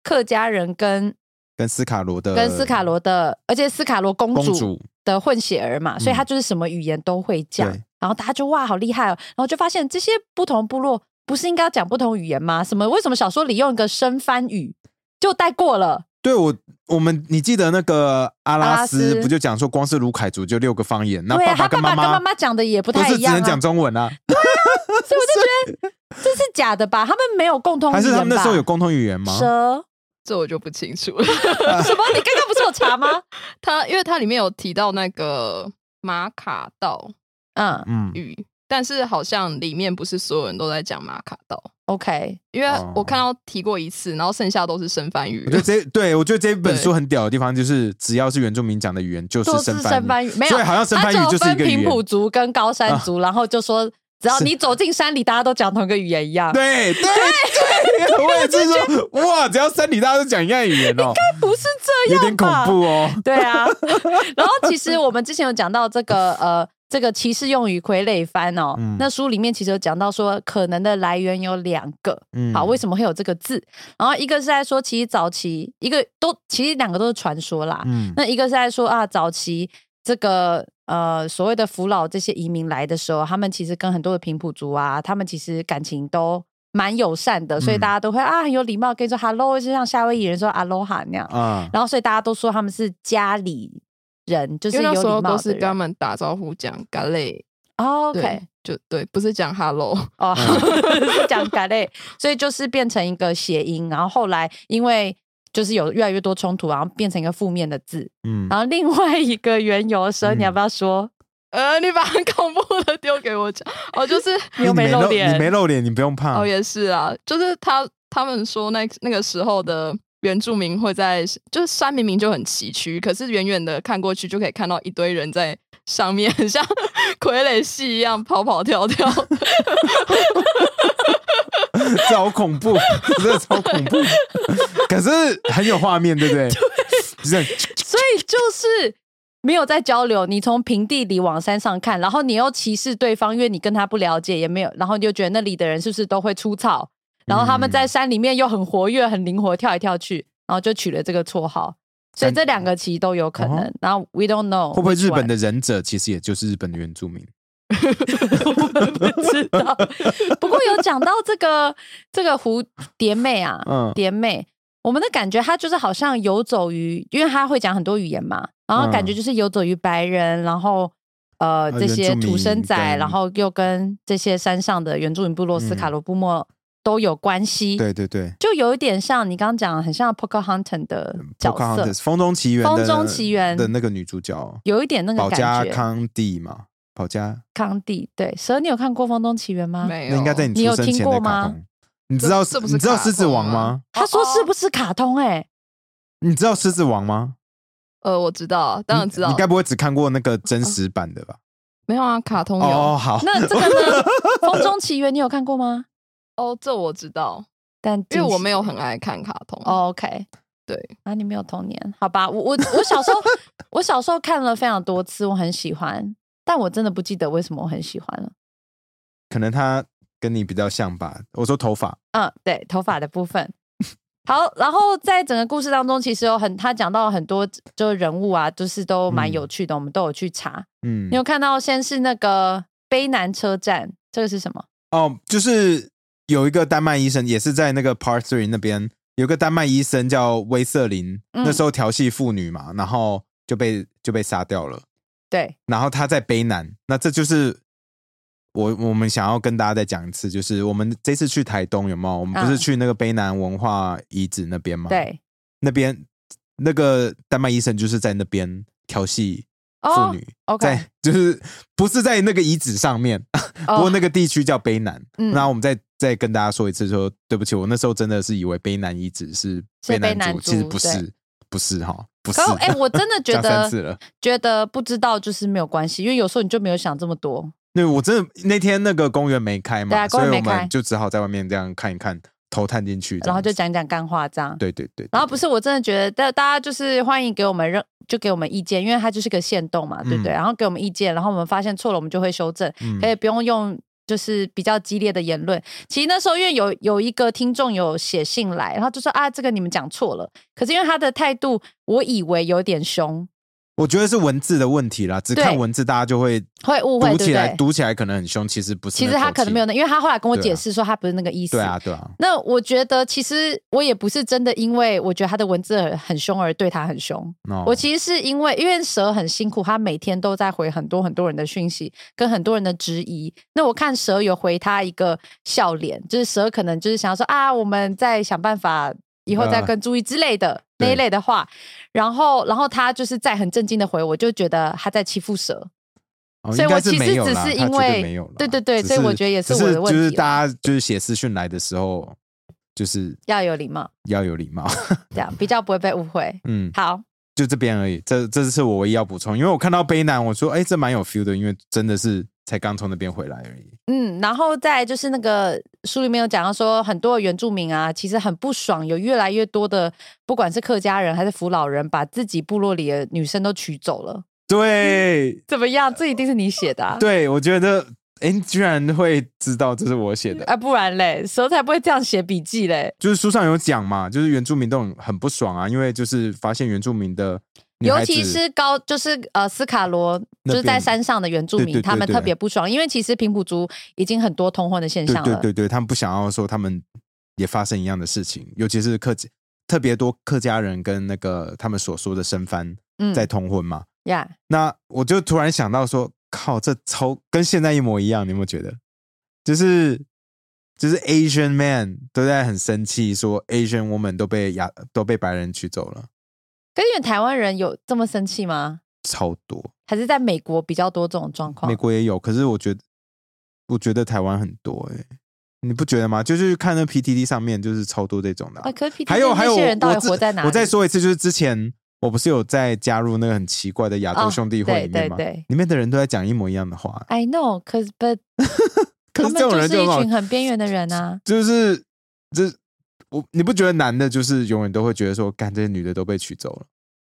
Speaker 1: 客家人跟
Speaker 2: 跟斯卡罗的
Speaker 1: 跟斯卡罗的，而且斯卡罗公
Speaker 2: 呃公
Speaker 1: 主
Speaker 2: 主嗯
Speaker 1: 的混血儿嘛，所以她就是什么语言都会讲。
Speaker 2: 对
Speaker 1: 然后大家就哇，好厉害哦！然后就发现这些不同部落不是应该要讲不同语言吗？什么为什么小说里用一个生番语就带过了？
Speaker 2: 对我，我们你记得那个阿
Speaker 1: 阿
Speaker 2: 拉
Speaker 1: 拉斯
Speaker 2: 斯不就讲说，光是卢凯族就六个方言，那
Speaker 1: 对啊，他
Speaker 2: 跟
Speaker 1: 爸爸跟
Speaker 2: 妈
Speaker 1: 妈妈讲的也不
Speaker 2: 不
Speaker 1: 太
Speaker 2: 是
Speaker 1: 一
Speaker 2: 只
Speaker 1: 样、啊，
Speaker 2: 能讲中文啊？
Speaker 1: 所以我就觉得这是假的吧？他们没有共通语
Speaker 2: 还
Speaker 1: 言吧？
Speaker 2: 是他们那时候有共同语言吗？
Speaker 1: 蛇
Speaker 3: 这我就不清楚 了。
Speaker 1: 什么？你刚刚不是有查吗？
Speaker 3: 它因为它里面有提到那个马卡道
Speaker 1: 嗯
Speaker 2: 嗯，
Speaker 3: 语，但是好像里面不是所有人都在讲马卡道，
Speaker 1: ，OK，
Speaker 3: 因为
Speaker 2: 哦
Speaker 3: 我看到提过一次，然后剩下都是生番语
Speaker 2: 我觉。得这对我觉得这本
Speaker 3: 对
Speaker 2: 书很屌的地方就是，只要是原住民讲的语言，就是
Speaker 1: 都
Speaker 2: 生
Speaker 1: 是
Speaker 2: 番
Speaker 1: 生
Speaker 2: 语，
Speaker 1: 番语，没有
Speaker 2: 所以，好像生番语
Speaker 1: 他
Speaker 2: 就是一
Speaker 1: 分
Speaker 2: 个语
Speaker 1: 平
Speaker 2: 言啊
Speaker 1: 埔。族跟高山族，然后就说只要
Speaker 2: 是
Speaker 1: 你走进山里，大家都讲同一个语言一样。
Speaker 2: 对对对，我也是说，哇，只要山里大家都讲一样语言哦，
Speaker 1: 不是这
Speaker 2: 有
Speaker 1: 样，
Speaker 2: 点恐。怖哦。
Speaker 1: 对 啊，然后其实我们之前有讲到这个呃，这个歧视用语傀儡番哦，
Speaker 2: 嗯
Speaker 1: 那书里面其实有讲到说，可能的来源有两个。
Speaker 2: 嗯
Speaker 1: 好，为什么会有这个字？然后一个是在说，其实早期一个都其实两个都是传说啦。
Speaker 2: 嗯
Speaker 1: 那一个是在说啊，早期这个呃所谓的扶老这些移民来的时候，他们其实跟很多的平埔族啊，他们其实感情都蛮友善的，所以
Speaker 2: 嗯
Speaker 1: 大家都会啊很有礼貌跟你说 hello，就像夏威夷人说 aloha 那样。
Speaker 3: 嗯
Speaker 2: 啊，
Speaker 1: 然后所以大家都说他们是家里人，就是
Speaker 3: 因为
Speaker 1: 有
Speaker 3: 那
Speaker 1: 礼
Speaker 3: 时候
Speaker 1: 貌
Speaker 3: 都
Speaker 1: 的
Speaker 3: 是跟他
Speaker 1: 人。
Speaker 3: 们打招呼讲“嘎嘞
Speaker 1: 哦”，
Speaker 3: 对
Speaker 1: OK，，
Speaker 3: 就对，不是讲 “hello”。
Speaker 1: 哦，
Speaker 2: 嗯
Speaker 1: 好 是讲嘎类，所以就是变成一个谐音。然后后来因为就是有越来越多冲突，然后变成一个负面的字。
Speaker 2: 嗯
Speaker 1: 然后另外一个缘由的时候，你要不要说？
Speaker 3: 呃，你把很恐怖的丢给我讲，哦，就是
Speaker 2: 嗯
Speaker 1: 又没露脸
Speaker 2: 你没露脸，你不用怕
Speaker 3: 哦，。也是啊，就是他他们说那那个时候的原住民会在，就是山明明就很崎岖，可是远远的看过去就可以看到一堆人在上面， 很像傀儡戏一样跑跑跳跳。
Speaker 2: 这好恐 怖，真的超恐怖。可是很有画面，对 不对？就是
Speaker 1: 所以就是。没有在交流，你从平地里往山上看，然后你又歧视对方，因为你跟他不了解，也没有，然后你就觉得那里的人是不是都会粗糙，然后他们
Speaker 2: 嗯
Speaker 1: 在山里面又很活跃、很灵活，跳来跳去，然后就取了这个绰号。所以这两个其实都有可能。
Speaker 2: 哦
Speaker 1: 然后 we don't know
Speaker 2: 会不会
Speaker 1: which
Speaker 2: 日
Speaker 1: one
Speaker 2: 本的忍者其实也就是日本的原住民？
Speaker 1: 我们不知道。不过有讲到这个 这个蝴蝶妹啊，
Speaker 2: 嗯
Speaker 1: 蝶妹，我们的感觉她就是好像游走于，因为她会讲很多语言嘛，然后感觉
Speaker 2: 嗯
Speaker 1: 就是游走于白人，然后。呃，
Speaker 2: 呃
Speaker 1: 这
Speaker 2: 原
Speaker 1: 些
Speaker 2: 住
Speaker 1: 土生
Speaker 2: 民
Speaker 1: 仔，
Speaker 2: 跟
Speaker 1: 然后又跟这些山上的原住民部落斯卡
Speaker 2: 嗯
Speaker 1: 罗布莫都有关系，
Speaker 2: 对对对，
Speaker 1: 就有一点像你刚刚讲，很像 Pocahontas 的角色
Speaker 2: Pocahontas，，风中奇缘》的
Speaker 1: 风中奇缘
Speaker 2: 的那个女主角，哦
Speaker 1: 有一点那个
Speaker 2: 保加
Speaker 1: 感觉。
Speaker 2: 康帝嘛，保加
Speaker 1: 康帝，对，蛇，你有看过《风中奇缘》吗？
Speaker 3: 没有，
Speaker 2: 那应该在
Speaker 1: 你
Speaker 2: 你
Speaker 1: 有
Speaker 2: 出生
Speaker 1: 听
Speaker 2: 前
Speaker 1: 过
Speaker 2: 的
Speaker 1: 吗
Speaker 2: 卡通。你知道
Speaker 3: 这这不是
Speaker 2: 你知道
Speaker 3: 卡
Speaker 2: 狮子
Speaker 3: 通
Speaker 2: 王
Speaker 3: 吗
Speaker 2: 吗？
Speaker 1: 他说是
Speaker 3: 哦
Speaker 1: 不是卡通、欸？哎，
Speaker 2: 你知道狮子王吗？
Speaker 3: 呃，我知道，当然
Speaker 2: 你
Speaker 3: 知道
Speaker 2: 你，该不会只看过那个真实版的吧？
Speaker 3: 没有啊，卡通有
Speaker 2: 哦，好，
Speaker 1: 那这个呢？《风中奇缘》你有看过吗？
Speaker 3: 哦，这我知道，
Speaker 1: 但
Speaker 3: 因为我
Speaker 1: 近期
Speaker 3: 没有很爱看卡通。
Speaker 1: 哦 OK，
Speaker 3: 对
Speaker 1: 啊，你没有童年，好吧？我我我小 时候我小时候看了非常多次，我很喜欢，但我真的不记得为什么我很喜欢了。
Speaker 2: 可能他跟你比较像吧。我说头发，
Speaker 1: 嗯，对，头发的部分。 好，然后在整个故事当中，其实有很他讲到很多就是人物啊，就是都蛮
Speaker 2: 嗯
Speaker 1: 有趣的，我们都有去查。
Speaker 2: 嗯
Speaker 1: 你，有看到先是那个卑南车站，这个是什么？
Speaker 2: 哦，就是有一个丹麦医生，也是在那个 Part Three 那边，有个丹麦医生叫威瑟林，
Speaker 1: 嗯
Speaker 2: 那时候调戏妇女嘛，然后就被就被杀掉了。
Speaker 1: 对，
Speaker 2: 然后他在卑南，那这就是我我们想要跟大家再讲一次，就是我们这次去台东有没有？我们不
Speaker 1: 嗯
Speaker 2: 是去那个卑南文化遗址那边吗？，
Speaker 1: 对，
Speaker 2: 那边那个丹麦医生就是在那边调戏妇
Speaker 1: 哦
Speaker 2: 女，
Speaker 1: ，OK，
Speaker 2: 在 就是不是在那个遗址上面，不过
Speaker 1: 哦，
Speaker 2: 那个地区叫卑南。
Speaker 1: 嗯
Speaker 2: 那我们再再跟大家说一次说对不起，我那时候真的是以为卑南遗址是
Speaker 1: 是
Speaker 2: 卑
Speaker 1: 卑南
Speaker 2: 族，
Speaker 1: 族
Speaker 2: 其实
Speaker 1: 对
Speaker 2: 不是，不是哈，不是
Speaker 1: 可。哎、我真的觉
Speaker 2: 讲三
Speaker 1: 得
Speaker 2: 次了。
Speaker 1: 觉得不知道就是没有关系，因为有时候你就没有想这么多。
Speaker 2: 对，我真的那天那个公园没开
Speaker 1: 对
Speaker 2: 嘛，
Speaker 1: 啊公
Speaker 2: 所
Speaker 1: 园
Speaker 2: 以我
Speaker 1: 没开
Speaker 2: 们就只好在外面这样看一看，头探进去这样子，
Speaker 1: 然后就讲讲干话这样。
Speaker 2: 对对对，
Speaker 1: 然后不是，我真的觉得大大家就是欢迎给我们任，就给我们意见，因为它就是个限动嘛，对不对？
Speaker 2: 嗯
Speaker 1: 然后给我们意见，然后我们发现错了，我们就会修正，
Speaker 2: 嗯
Speaker 1: 可以不用用。就是比较激烈的言论。其实那时候因为有有一个听众有写信来，然后就说啊，这个你们讲错了。可是因为他的态度，我以为有点凶，
Speaker 2: 我觉得是文字的问题啦，只看
Speaker 1: 对
Speaker 2: 文字大家就会
Speaker 1: 会误会，对
Speaker 2: 读
Speaker 1: 不
Speaker 2: 起来
Speaker 1: 对？
Speaker 2: 读起来可能很凶，其实不是
Speaker 1: 其
Speaker 2: 那口气。
Speaker 1: 实他可能没有那，因为他后来跟我
Speaker 2: 对啊
Speaker 1: 解释说他不是那个意思。
Speaker 2: 对啊对啊，
Speaker 1: 那我觉得，其实我也不是真的，因为我觉得他的文字很很凶而对他很凶。
Speaker 2: 哦
Speaker 1: 我其实是因为，因为蛇很辛苦，他每天都在回很多很多人的讯息，跟很多人的质疑。那我看蛇有回他一个笑脸，就是蛇可能就是想要说啊，我们再想办法，以后再
Speaker 2: 呃
Speaker 1: 更注意之类的、那一
Speaker 2: 对
Speaker 1: 类的话。然后，然后他就是在很震惊的回，我就觉得他在欺负蛇。
Speaker 2: 哦
Speaker 1: 所以
Speaker 2: 应该
Speaker 1: 我
Speaker 2: 是
Speaker 1: 其实
Speaker 2: 没有
Speaker 1: 只
Speaker 2: 啦
Speaker 1: 是
Speaker 2: 他
Speaker 1: 因
Speaker 2: 绝对
Speaker 1: 为
Speaker 2: 没有啦
Speaker 1: 对对对
Speaker 2: 只
Speaker 1: 所以我觉得也
Speaker 2: 只
Speaker 1: 是
Speaker 2: 是
Speaker 1: 我的问
Speaker 2: 就是
Speaker 1: 题啦
Speaker 2: 大家就是写私讯来的时候，就是
Speaker 1: 要有礼貌，
Speaker 2: 要有礼貌，
Speaker 1: 这样比较不会被误会。
Speaker 2: 嗯，
Speaker 1: 好，
Speaker 2: 就这边而已。这这是我唯一要补充，因为我看到悲南，我说哎、这蛮有 feel 的，因为真的是才刚从那边回来而已。
Speaker 1: 嗯，然后再来就是那个书里面有讲到说，很多原住民啊，其实很不爽，有越来越多的，不管是客家人还是福老人，把自己部落里的女生都娶走了。
Speaker 2: 对，
Speaker 1: 怎么样？这一定是你写的、啊？，
Speaker 2: 对，我觉得，哎、你居然会知道这是我写的，
Speaker 1: 啊，不然嘞，蛇才不会这样写笔记嘞。
Speaker 2: 就是书上有讲嘛，就是原住民都很很不爽啊，因为就是发现原住民的女
Speaker 1: 尤
Speaker 2: 孩
Speaker 1: 其
Speaker 2: 子
Speaker 1: 是高，就是呃斯卡罗，就
Speaker 2: 那
Speaker 1: 是在
Speaker 2: 边
Speaker 1: 山上的原住
Speaker 2: 对
Speaker 1: 民，
Speaker 2: 对对
Speaker 1: 他们
Speaker 2: 对
Speaker 1: 特别不爽，因为其实平埔族已经很多通婚的现
Speaker 2: 对
Speaker 1: 象了。
Speaker 2: 对对对，他们不想要说他们也发生一样的事情，尤其是客家特别多客家人跟那个他们所说的生番
Speaker 1: 嗯，
Speaker 2: 在通婚嘛，
Speaker 1: 呀
Speaker 2: 那我就突然想到说，靠，这超跟现在一模一样，你有没有觉得？就是就是 Asian man 都在很生气，说 Asian woman 都被亚都被白人娶走了。
Speaker 1: 可是你们台湾人有这么生气吗？
Speaker 2: 超多，
Speaker 1: 还是在美国比较多这种状况
Speaker 2: 美？国也有，可是我觉得，我觉得台湾很多哎、你不觉得吗？就是看那 PTT 上面就是超多这种的啊、
Speaker 1: 啊，可是 PTT
Speaker 2: 还有还有，
Speaker 1: 那些人到
Speaker 2: 我
Speaker 1: 底
Speaker 2: 自
Speaker 1: 活在哪里？
Speaker 2: 我再说一次，就是之前我不是有在加入那个很奇怪的亚洲
Speaker 1: 哦
Speaker 2: 兄弟会
Speaker 1: 对
Speaker 2: 里面
Speaker 1: 对
Speaker 2: 吗？
Speaker 1: 对
Speaker 2: 里面的人都在讲一模一样的话，
Speaker 1: ，I know，可是 but 他
Speaker 2: 可是
Speaker 1: 们
Speaker 2: 这种
Speaker 1: 就
Speaker 2: 人
Speaker 1: 是
Speaker 2: 就
Speaker 1: 一群
Speaker 2: 好，
Speaker 1: 很边缘的人啊。
Speaker 2: 就是这我你不觉得男的就是永远都会觉得说，干这些女的都被娶走了。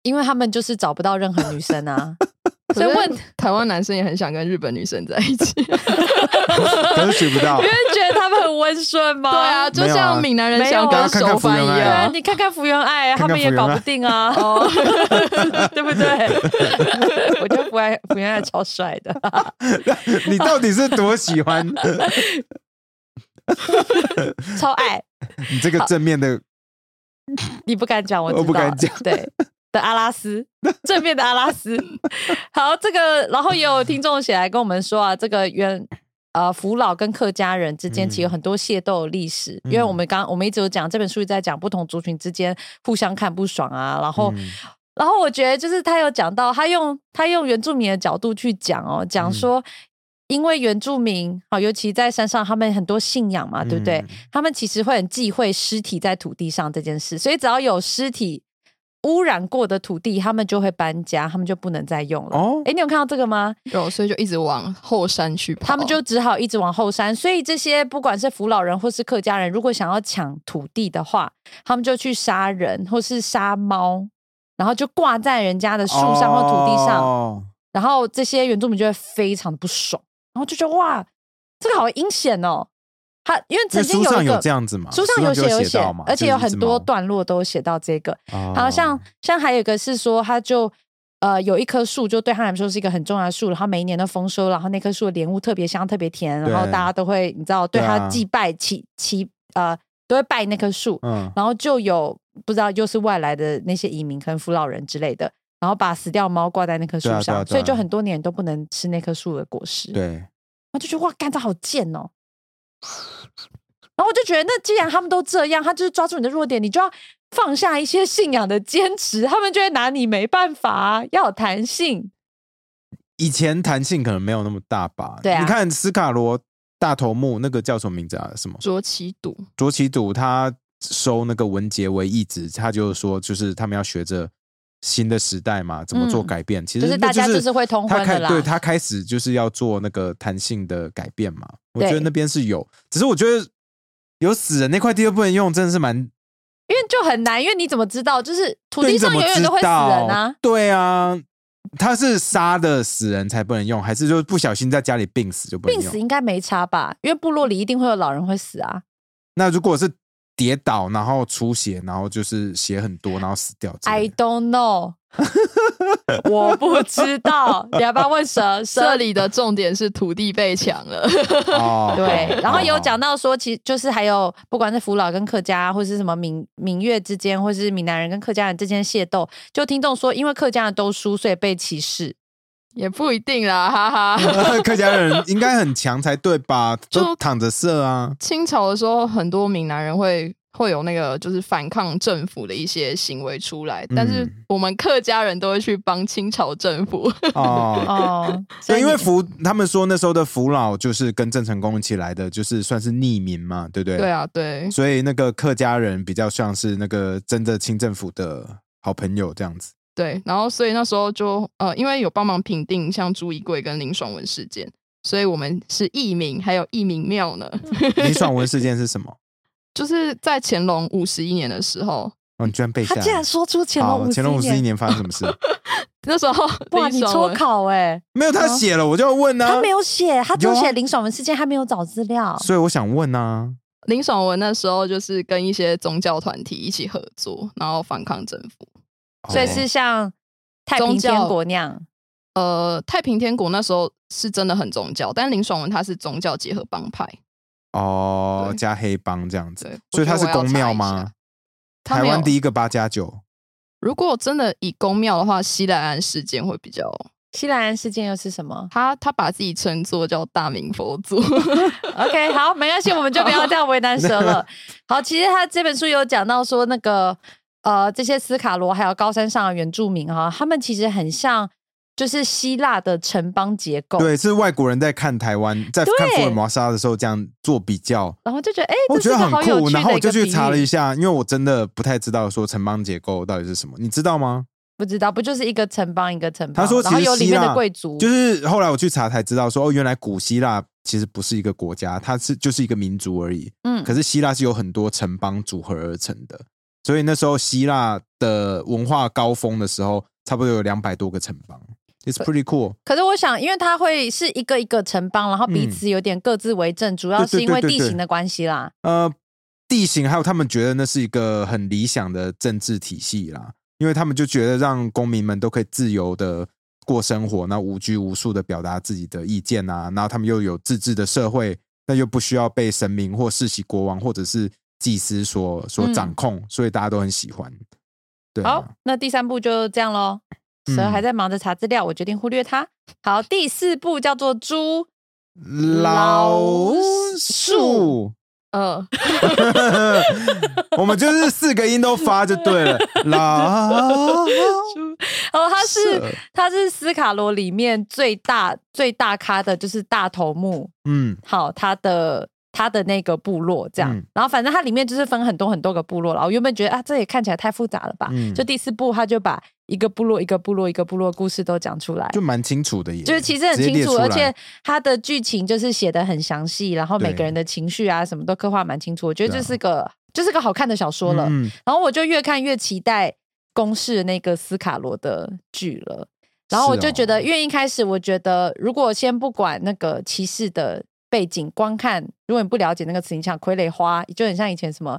Speaker 1: 因为他们就是找不到任何女生 啊，所以
Speaker 3: 可是
Speaker 1: 问，
Speaker 3: 台湾男生也很想跟日本女生在一起。
Speaker 2: 可是娶不到
Speaker 1: 因为。觉得他们很温顺 吗？
Speaker 3: 对 啊，就
Speaker 2: 没有啊
Speaker 3: 像闽南人
Speaker 1: 没有
Speaker 3: 想
Speaker 1: 啊
Speaker 3: 跟手翻一
Speaker 2: 大家看看福原
Speaker 1: 对啊，
Speaker 3: 样。
Speaker 1: 你看看福原爱，他
Speaker 2: 看看
Speaker 1: 们也
Speaker 2: 福原
Speaker 1: 搞
Speaker 2: 爱
Speaker 1: 不定 啊，
Speaker 3: 哦，
Speaker 1: 对不对？我觉得福原福原爱超帅的，
Speaker 2: 你到底是多喜欢？
Speaker 1: 超爱，
Speaker 2: 你这个正面的
Speaker 1: 你不敢讲，我知道
Speaker 2: 我不敢讲
Speaker 1: 对。的阿拉斯， 正面的阿拉斯。 好，这个，然后也有听众写来跟我们说啊，这个原呃福老跟客家人之间其实有
Speaker 2: 嗯
Speaker 1: 很多械斗的历史，因为
Speaker 2: 嗯
Speaker 1: 我们刚我们一直有讲这本书一直在讲不同族群之间互相看不爽啊，然后、
Speaker 2: 嗯
Speaker 1: 然后我觉得就是他有讲到，他用他用原住民的角度去讲哦，讲
Speaker 2: 嗯
Speaker 1: 说。因为原住民啊，尤其在山上，他们很多信仰嘛，对不对？
Speaker 2: 嗯
Speaker 1: 他们其实会很忌讳尸体在土地上这件事，所以只要有尸体污染过的土地，他们就会搬家，他们就不能再用了。
Speaker 2: 哦，
Speaker 1: 诶，你有看到这个吗？
Speaker 3: 有，啊所以就一直往后山去跑。
Speaker 1: 他们就只好一直往后山。所以这些不管是扶老人或是客家人，如果想要抢土地的话，他们就去杀人或是杀猫，然后就挂在人家的树上或土地上。
Speaker 2: 哦
Speaker 1: 然后这些原住民就会非常的不爽，然后就觉得哇，这个好阴险哦。他因为
Speaker 2: 因
Speaker 1: 曾
Speaker 2: 为
Speaker 1: 经
Speaker 2: 书
Speaker 1: 有
Speaker 2: 上
Speaker 1: 一
Speaker 2: 有
Speaker 1: 个
Speaker 2: 这样子嘛，
Speaker 1: 书上有
Speaker 2: 就
Speaker 1: 有
Speaker 2: 写
Speaker 1: 写
Speaker 2: 到嘛，，
Speaker 1: 而且有
Speaker 2: 就是一只
Speaker 1: 很多
Speaker 2: 猫，
Speaker 1: 段落都有写到这个。然后
Speaker 2: 哦
Speaker 1: 像像还有一个是说，他就呃有一棵树，就对他来说是一个很重要的树，然后每一年都丰收，然后那棵树的莲雾特别香、特别甜，然后
Speaker 2: 对
Speaker 1: 大家都会你知道对
Speaker 2: 对
Speaker 1: 他
Speaker 2: 啊
Speaker 1: 祭拜、祈祈呃都会拜那棵树。
Speaker 2: 嗯，
Speaker 1: 然后就有不知道又是外来的那些移民，可能扶老人之类的，然后把死掉的猫挂在那棵树
Speaker 2: 对啊对
Speaker 1: 上，
Speaker 2: 啊对
Speaker 1: 所以就
Speaker 2: 啊
Speaker 1: 很多年都不能吃那棵树的果实。
Speaker 2: 对，
Speaker 1: 然后就觉得哇，干这好贱哦。然后我就觉得，那既然他们都这样，他就是抓住你的弱点，你就要放下一些信仰的坚持，他们就会拿你没办法、啊，要有弹性。
Speaker 2: 以前弹性可能没有那么大吧。
Speaker 1: 对啊
Speaker 2: 你看斯卡罗大头目那个叫什么名字啊？什么
Speaker 3: 卓奇赌，
Speaker 2: 卓奇祖他收那个文杰为义子，他就说就是他们要学着新的时代嘛，怎么做
Speaker 1: 嗯
Speaker 2: 改变。其
Speaker 1: 就
Speaker 2: 实
Speaker 1: 是
Speaker 2: 那
Speaker 1: 大家
Speaker 2: 就
Speaker 1: 就是会通
Speaker 2: 他
Speaker 1: 婚
Speaker 2: 开
Speaker 1: 了啦
Speaker 2: 对他开始就是要做那个弹性的改变嘛。我
Speaker 1: 对
Speaker 2: 觉得那边是有，只是我觉得有死人那块地又不能用，真的是蛮
Speaker 1: 因为就很难，因为你怎么知道？就是土
Speaker 2: 对
Speaker 1: 地
Speaker 2: 你怎
Speaker 1: 上
Speaker 2: 么
Speaker 1: 永远
Speaker 2: 知
Speaker 1: 都会死人啊
Speaker 2: 道。对啊，他是杀的死人才不能用，还是就不小心在家里病死就不能
Speaker 1: 病
Speaker 2: 用？
Speaker 1: 死应该没差吧？因为部落里一定会有老人会死 啊。
Speaker 2: 那如果是跌倒，然后出血，然后就是血很多，然后死掉之类
Speaker 1: I
Speaker 2: 的，
Speaker 1: don't know，我不知道。你要不要问 蛇？
Speaker 3: 这
Speaker 1: 蛇
Speaker 3: 里的重点是土地被抢了，
Speaker 2: 哦
Speaker 1: 对， 然后有讲
Speaker 2: 到
Speaker 1: 到说，其实就是还有不管是福老跟客家，或是什么闽闽粤之间，或是闽南人跟客家人之间械斗，就听众说，因为客家人都输，所以被歧 视。
Speaker 3: 也不一定啦，哈哈。
Speaker 2: 客家人应该很强才对吧？
Speaker 3: 就
Speaker 2: 就躺着 射啊，
Speaker 3: 清朝的时候，很多闽南人会会有那个就是反抗政府的一些行为出来，但是我们客家人都会去帮清朝政府。
Speaker 2: 哦。
Speaker 1: 哦，所以
Speaker 2: 对，因为
Speaker 1: 你
Speaker 2: 福他们说那时候的福老就是跟郑成功一起来的，就是算是逆民嘛，对不对？
Speaker 3: 对啊，对，
Speaker 2: 所以那个客家人比较像是那个真的清政府的好朋友这 样子。
Speaker 3: 对，然后所以那时候就呃，因为有帮忙评定像朱一贵跟林爽文事件，所以我们是义民，还有义民庙呢，
Speaker 1: 嗯
Speaker 2: 林爽文事件是什么？
Speaker 3: 就是在乾隆五十一年的时候，
Speaker 2: 哦，你居然背下
Speaker 1: 他
Speaker 2: 来了？
Speaker 1: 竟然说出乾隆
Speaker 2: 好
Speaker 1: 五
Speaker 2: 乾隆五十一
Speaker 1: 年，
Speaker 2: 年发生 什么事？
Speaker 3: 那时候
Speaker 1: 哇，
Speaker 3: 林
Speaker 1: 你
Speaker 3: 爽
Speaker 1: 抽
Speaker 3: 文
Speaker 1: 考哎、
Speaker 2: 没有，他写了，我就要问啊
Speaker 1: 他没。有写，他只有
Speaker 2: 有啊
Speaker 1: 写林爽文事件，他没有找资料。
Speaker 2: 所以我想问啊，
Speaker 3: 林爽文那时候就是跟一些宗教团体一起合作，然后反抗政府。
Speaker 1: 所以
Speaker 2: 哦
Speaker 1: 是像太平
Speaker 3: 宗教
Speaker 1: 天国那样，
Speaker 3: 呃，太平天国那时候是真的很宗教，但林爽文他是宗教结合帮派，
Speaker 2: 哦哦
Speaker 3: 对
Speaker 2: 加黑帮这样子
Speaker 3: 对，
Speaker 2: 所以他是
Speaker 3: 我觉得我要
Speaker 2: 公庙
Speaker 3: 查一
Speaker 2: 吗
Speaker 3: 下？他
Speaker 2: 台
Speaker 3: 没有
Speaker 2: 湾第一个八加九，
Speaker 3: 如果真的以公庙的话，西来安事件会比较，
Speaker 1: 西兰人事件又是什么？
Speaker 3: 他他把自己称作叫大明佛祖，
Speaker 1: OK，好，没关系，我们就不要这样为难蛇 了。好，其实他这本书有讲到说，那个呃，这些斯卡罗还有高山上的原住民哈、他们其实很像就是希腊的城邦结构，
Speaker 2: 对，是外国人在看台湾，在
Speaker 1: 对
Speaker 2: 看福尔摩沙的时候这样做比较，
Speaker 1: 然后就觉得哎，
Speaker 2: 我
Speaker 1: 这是
Speaker 2: 觉
Speaker 1: 个
Speaker 2: 得很
Speaker 1: 好有
Speaker 2: 酷。
Speaker 1: 趣的
Speaker 2: 然
Speaker 1: 一
Speaker 2: 后
Speaker 1: 个
Speaker 2: 我就去查了
Speaker 1: 比
Speaker 2: 一
Speaker 1: 喻，
Speaker 2: 下，因为我真的不太知道说城邦结构到底是什么，你知道吗？
Speaker 1: 不知道不就是一个城邦一个城邦，
Speaker 2: 他说
Speaker 1: 然后
Speaker 2: 其实
Speaker 1: 有里
Speaker 2: 希
Speaker 1: 面
Speaker 2: 腊
Speaker 1: 的贵族，
Speaker 2: 就是后来我去查才知道说，哦，原来古希腊其实不是一个国家，它是就是一个民族而已。
Speaker 1: 嗯
Speaker 2: 可是希腊是有很多城邦组合而成的，所以那时候希腊的文化高峰的时候，差不多有两百多个城邦。It's pretty cool。
Speaker 1: 可是我想，因为它会是一个一个城邦，然后彼
Speaker 2: 嗯
Speaker 1: 此有点各自为政，主要
Speaker 2: 对对
Speaker 1: 是因
Speaker 2: 对
Speaker 1: 为
Speaker 2: 对
Speaker 1: 地
Speaker 2: 对
Speaker 1: 形的关系啦。
Speaker 2: 呃，地形还有他们觉得那是一个很理想的政治体系啦，因为他们就觉得让公民们都可以自由的过生活，那无拘无束的表达自己的意见啊，然后他们又有自治的社会，那又不需要被神明或世袭国王或者是祭司所所掌控，所以大家都很喜欢。对、
Speaker 1: 嗯
Speaker 2: 啊，
Speaker 1: 好，那第三步就这样喽。
Speaker 2: 嗯
Speaker 1: 蛇还在忙着查资料，我决定忽略它。好，第四步叫做猪，
Speaker 2: 老
Speaker 1: 老树
Speaker 2: 树。
Speaker 3: 呃，
Speaker 2: 我们就是四个音都发就 对了，老
Speaker 1: 哦，它是
Speaker 2: 蛇
Speaker 1: 它是斯卡罗里面最大最大咖的，就是大头目。
Speaker 2: 嗯，
Speaker 1: 好，它的它的那个部落这样，
Speaker 2: 嗯
Speaker 1: 然后反正它里面就是分很多很多个部落了。我原本觉得啊，这也看起来太复杂了吧，
Speaker 2: 嗯
Speaker 1: 就第四步他就把一个部落一个部落一个部落的故事都讲出来，
Speaker 2: 就蛮清楚的耶，
Speaker 1: 就是其实很
Speaker 2: 直接
Speaker 1: 清
Speaker 2: 列
Speaker 1: 楚，
Speaker 2: 出来
Speaker 1: 而且它的剧情就是写的很详细，然后每
Speaker 2: 对
Speaker 1: 个人的情绪啊什么都刻画蛮清楚。我觉得这
Speaker 2: 对啊
Speaker 1: 是个、这是个好看的小说了。
Speaker 2: 嗯
Speaker 1: 然后我就越看越期待公式的那个斯卡罗的剧了。然后我
Speaker 2: 是
Speaker 1: 就觉
Speaker 2: 哦
Speaker 1: 得，因为一开始我觉得，如果先不管那个骑士的背景，光看如果你不了解那个词，你想傀儡花，就很像以前什么，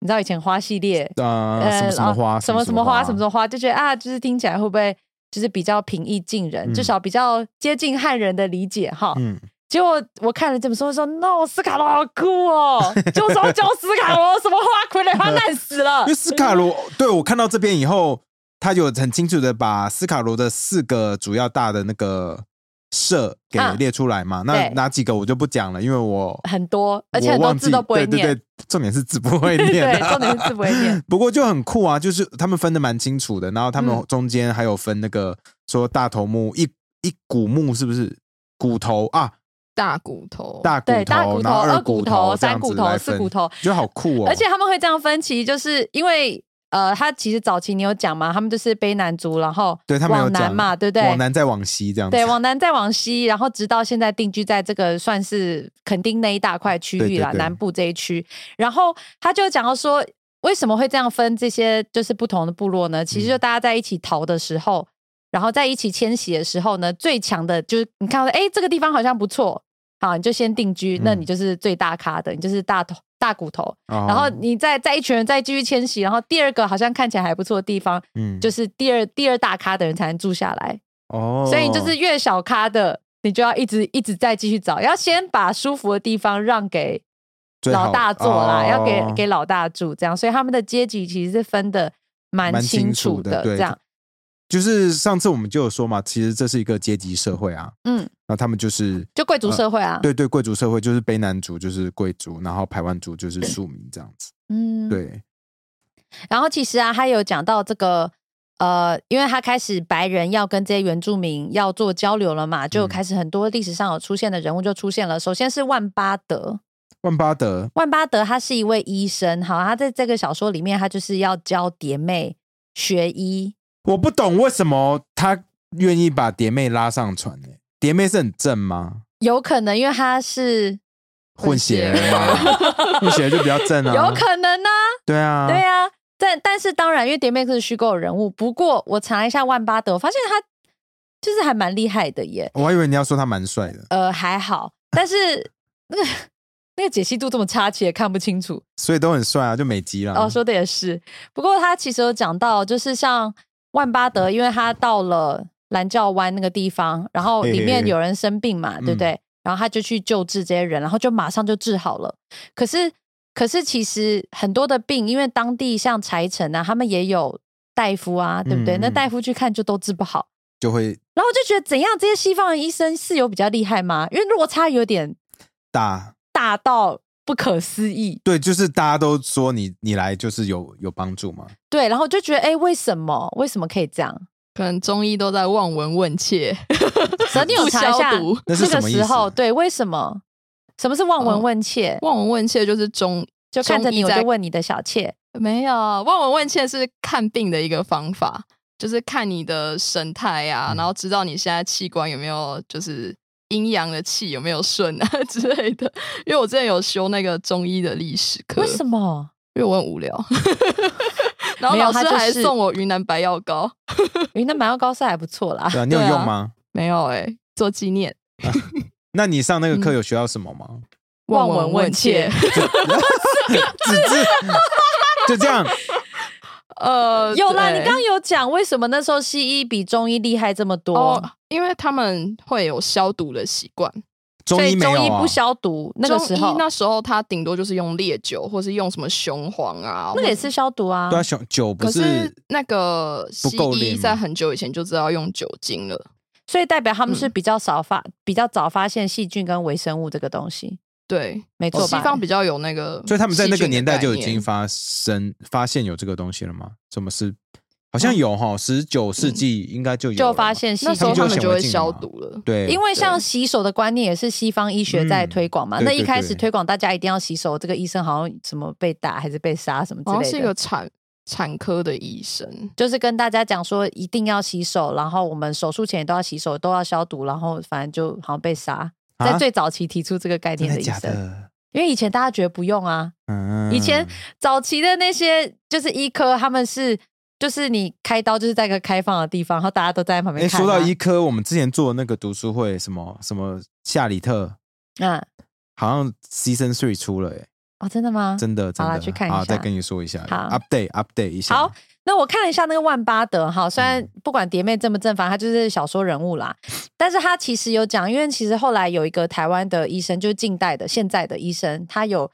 Speaker 1: 你知道以前花系列，
Speaker 2: 呃，什么什
Speaker 1: 然
Speaker 2: 么
Speaker 1: 后
Speaker 2: 花，
Speaker 1: 哦啊什么什么花，什么什么花，就觉得啊，就是听起来会不会就是比较平易近人，
Speaker 2: 嗯
Speaker 1: 至少比较接近汉人的理解哈。
Speaker 2: 嗯，
Speaker 1: 结果我看了这本书，我说 “No，斯卡罗好酷哦，就是要教斯卡罗什么花傀儡花烂死了
Speaker 2: 因为。斯卡罗，对我看到这边以后，他有很清楚的把斯卡罗的四个主要大的那个社给
Speaker 1: 啊
Speaker 2: 列出来嘛。那
Speaker 1: 对
Speaker 2: 哪几个我就不讲了，因为我”
Speaker 1: 很多，而且很
Speaker 2: 我
Speaker 1: 多
Speaker 2: 忘记
Speaker 1: 字都不会
Speaker 2: 对对
Speaker 1: 念，
Speaker 2: 对，重点是字 不会念、啊
Speaker 1: 对重点是字不会念。
Speaker 2: 不过就很酷啊，就是他们分的蛮清楚的，然后他们
Speaker 1: 嗯
Speaker 2: 中间还有分那个说大头目一一骨木是不是骨头啊？
Speaker 3: 大骨头，
Speaker 2: 大骨头，
Speaker 1: 对大骨头、
Speaker 2: 然后
Speaker 1: 二
Speaker 2: 骨
Speaker 1: 骨头、
Speaker 2: 这样
Speaker 1: 三骨
Speaker 2: 子
Speaker 1: 头、
Speaker 2: 来
Speaker 1: 四
Speaker 2: 分
Speaker 1: 骨头，
Speaker 2: 就好酷哦。
Speaker 1: 而且他们会这样分，其实就是因为呃，他其实早期你有讲嘛，他们就是卑南族，然后
Speaker 2: 对他们有
Speaker 1: 往南
Speaker 2: 讲
Speaker 1: 嘛，对不对？
Speaker 2: 往南再往西这样子，
Speaker 1: 对，往南再往西，然后直到现在定居在这个算是垦丁那一大块区
Speaker 2: 对对
Speaker 1: 域啦，
Speaker 2: 对
Speaker 1: 南部这一区。然后他就讲到说，为什么会这样分这些就是不同的部落呢？其实
Speaker 2: 嗯
Speaker 1: 就大家在一起逃的时候，然后在一起迁徙的时候呢，最强的就是你看到哎这个地方好像不错，好你就先定居，那
Speaker 2: 嗯
Speaker 1: 你就是最大咖的，你就是大头大骨头。
Speaker 2: 哦，
Speaker 1: 然后你再再一群人再继续迁徙，然后第二个好像看起来还不错的地方，
Speaker 2: 嗯
Speaker 1: 就是第二第二大咖的人才能住下来。
Speaker 2: 哦，
Speaker 1: 所以你就是越小咖的，你就要一直一直再继续找，要先把舒服的地方让给
Speaker 2: 最好
Speaker 1: 老大做啦，
Speaker 2: 哦
Speaker 1: 要给给老大住，这样，所以他们的阶级其实是分的蛮
Speaker 2: 蛮
Speaker 1: 清
Speaker 2: 楚
Speaker 1: 楚的，
Speaker 2: 对，
Speaker 1: 这样，
Speaker 2: 就是上次我们就有说嘛，其实这是一个阶级社会啊，
Speaker 1: 嗯，
Speaker 2: 那他们就是
Speaker 1: 就贵族
Speaker 2: 呃
Speaker 1: 社会啊，
Speaker 2: 对对，贵族社会就是卑南族就是贵族，然后排湾族就是庶民这样子。
Speaker 1: 嗯，。
Speaker 2: 对，
Speaker 1: 然后其实啊，他有讲到这个。呃，因为他开始白人要跟这些原住民要做交流了嘛，就有
Speaker 2: 嗯
Speaker 1: 开始很多历史上有出现的人物就出现了。首先是万巴德，
Speaker 2: 万巴德，
Speaker 1: 万巴德他是一位医生，好，他在这个小说里面，他就是要教蝶妹学医。
Speaker 2: 我不懂为什么他愿意把蝶妹拉上船呢、蝶妹是很正吗？
Speaker 1: 有可能，因为他是、
Speaker 2: 混血儿 吗？混血儿就比较正啊。
Speaker 1: 有可能呢、
Speaker 2: 对啊，
Speaker 1: 对啊。但但是当然，因为蝶妹是虚构的人物。不过我查了一下万巴德，我发现他就是还蛮厉害的耶。
Speaker 2: 我还以为你要说他蛮帅的，
Speaker 1: 呃，还好，但是那个那个解析度这么差，其实也看不清楚。
Speaker 2: 所以都很帅啊，就美肌啦。
Speaker 1: 哦，说的也是。不过他其实有讲到，就是像万巴
Speaker 2: 嗯
Speaker 1: 德，因为他到了蓝教湾那个地方，然后里
Speaker 2: 嘿嘿
Speaker 1: 面
Speaker 2: 嘿嗯
Speaker 1: 有人生病嘛，对不对？然后他就去救治这些人，然后就马上就治好了。可是，可是其实很多的病，因为当地像柴城啊，他们也有大夫啊，对不对？
Speaker 2: 嗯
Speaker 1: 那
Speaker 2: 嗯
Speaker 1: 大夫去看就都治不好。
Speaker 2: 就会
Speaker 1: 然后我就觉得，怎样这些西方的医生是有比较厉害吗？因为落差有点
Speaker 2: 大。
Speaker 1: 大到不可思议。
Speaker 2: 对，就是大家都说你你来就是有有帮助嘛。
Speaker 1: 对，然后我就觉得，哎，为什么？为什么可以这样？
Speaker 3: 可能中医都在望闻问切，
Speaker 1: 所以你有
Speaker 3: 不
Speaker 1: 查一
Speaker 3: 消
Speaker 1: 下
Speaker 3: 毒
Speaker 2: 那是
Speaker 1: 这
Speaker 2: 什
Speaker 1: 个
Speaker 2: 么意
Speaker 1: 时候，
Speaker 2: 思
Speaker 1: 对，为什么？什么是望闻
Speaker 3: 哦
Speaker 1: 问切？
Speaker 3: 望闻问切就是中
Speaker 1: 就看着
Speaker 3: 中医
Speaker 1: 你，我就
Speaker 3: 在
Speaker 1: 问你的小妾。
Speaker 3: 没有，望闻问切是看病的一个方法，就是看你的神态啊，
Speaker 2: 嗯
Speaker 3: 然后知道你现在器官有没有就是阴阳的气有没有顺啊 之类的。因为我之前有修那个中医的历史课，
Speaker 1: 为什么？
Speaker 3: 因为我很无 聊，然后
Speaker 1: 没有
Speaker 3: 老
Speaker 1: 他
Speaker 3: 师
Speaker 1: 就是
Speaker 3: 还送我云南白药膏，
Speaker 1: 云南白药膏是还不错啦
Speaker 2: 对。啊，你有
Speaker 3: 对啊
Speaker 2: 用吗？
Speaker 3: 没有哎、做纪念。
Speaker 2: 那你上那个课
Speaker 1: 嗯
Speaker 2: 有学到什么吗？
Speaker 1: 望闻问切，
Speaker 2: 只是就这样，
Speaker 3: 呃，
Speaker 1: 有啦，你
Speaker 3: 对
Speaker 1: 刚刚有讲为什么那时候西医比中医厉害这么多？
Speaker 3: 哦，因为他们会有消毒的习惯，
Speaker 2: 中
Speaker 1: 所以
Speaker 2: 医没有、
Speaker 1: 中
Speaker 2: 啊、
Speaker 1: 医不消毒，那个时
Speaker 3: 中医
Speaker 1: 候
Speaker 3: 那时候他顶多就是用烈酒，或是用什么雄黄啊，
Speaker 1: 那个也
Speaker 3: 或者
Speaker 1: 是消毒啊
Speaker 2: 对。啊，酒酒不
Speaker 3: 可是
Speaker 2: 是
Speaker 3: 那个
Speaker 2: 不
Speaker 3: 西
Speaker 2: 够
Speaker 3: 医
Speaker 2: 练吗
Speaker 3: 在很久以前就知道用酒精了，
Speaker 1: 所以代表他们是
Speaker 3: 嗯
Speaker 1: 比较少发、比较早发现细菌跟微生物这个东西，
Speaker 3: 对，
Speaker 1: 没
Speaker 2: 哦
Speaker 1: 错
Speaker 3: 西
Speaker 1: 吧？
Speaker 3: 方比较有那个，
Speaker 2: 所以他们在那个年代就已经，发生发现有这个东西了吗？什么是？好像有哈，十九世纪应该就有了
Speaker 1: 哦就
Speaker 2: 嘛
Speaker 1: 发现细
Speaker 3: 那时候
Speaker 1: 菌
Speaker 2: 他
Speaker 3: 他
Speaker 2: 们
Speaker 3: 们就
Speaker 2: 就显微
Speaker 3: 会
Speaker 2: 镜了
Speaker 3: 消
Speaker 2: 嘛
Speaker 3: 毒了，
Speaker 2: 对，
Speaker 1: 因为像洗手的观念也是西方医学在推广嘛，
Speaker 2: 嗯
Speaker 1: 那一
Speaker 2: 对对
Speaker 1: 开始
Speaker 2: 对
Speaker 1: 推广大家一定要洗手，这个医生好像什么被打还是被杀什么之
Speaker 3: 好像
Speaker 1: 类
Speaker 3: 是
Speaker 1: 的，
Speaker 3: 一个产产科的医生，
Speaker 1: 就是跟大家讲说一定要洗手，然后我们手术前也都要洗手，都要消毒，然后反正就好像被杀。
Speaker 2: 啊
Speaker 1: 在最早期提出这个概
Speaker 2: 真
Speaker 1: 念
Speaker 2: 的
Speaker 1: 医
Speaker 2: 假
Speaker 1: 生，
Speaker 2: 的，
Speaker 1: 因为以前大家觉得不用啊，
Speaker 2: 嗯
Speaker 1: 以前早期的那些就是医科，他们是就是你开刀就是在一个开放的地方，然后大家都在旁
Speaker 2: 哎、
Speaker 1: 边看、啊。
Speaker 2: 说到医科，我们之前做的那个读书会，什么什么夏里特，
Speaker 1: 嗯，
Speaker 2: 好像 Season Three 出了、欸，
Speaker 1: 哦，真的吗？
Speaker 2: 真的，真
Speaker 1: 好啦
Speaker 2: 的，
Speaker 1: 去看一
Speaker 2: 啊，再
Speaker 1: 下
Speaker 2: 跟你说一下
Speaker 1: 好
Speaker 2: ，update update 一下。
Speaker 1: 好，那我看了一下那个万巴德哈，虽然
Speaker 2: 嗯
Speaker 1: 不管蝶妹正不正，反正她就是小说人物啦。但是她其实有讲，因为其实后来有一个台湾的医生，就是近代的现在的医生，他有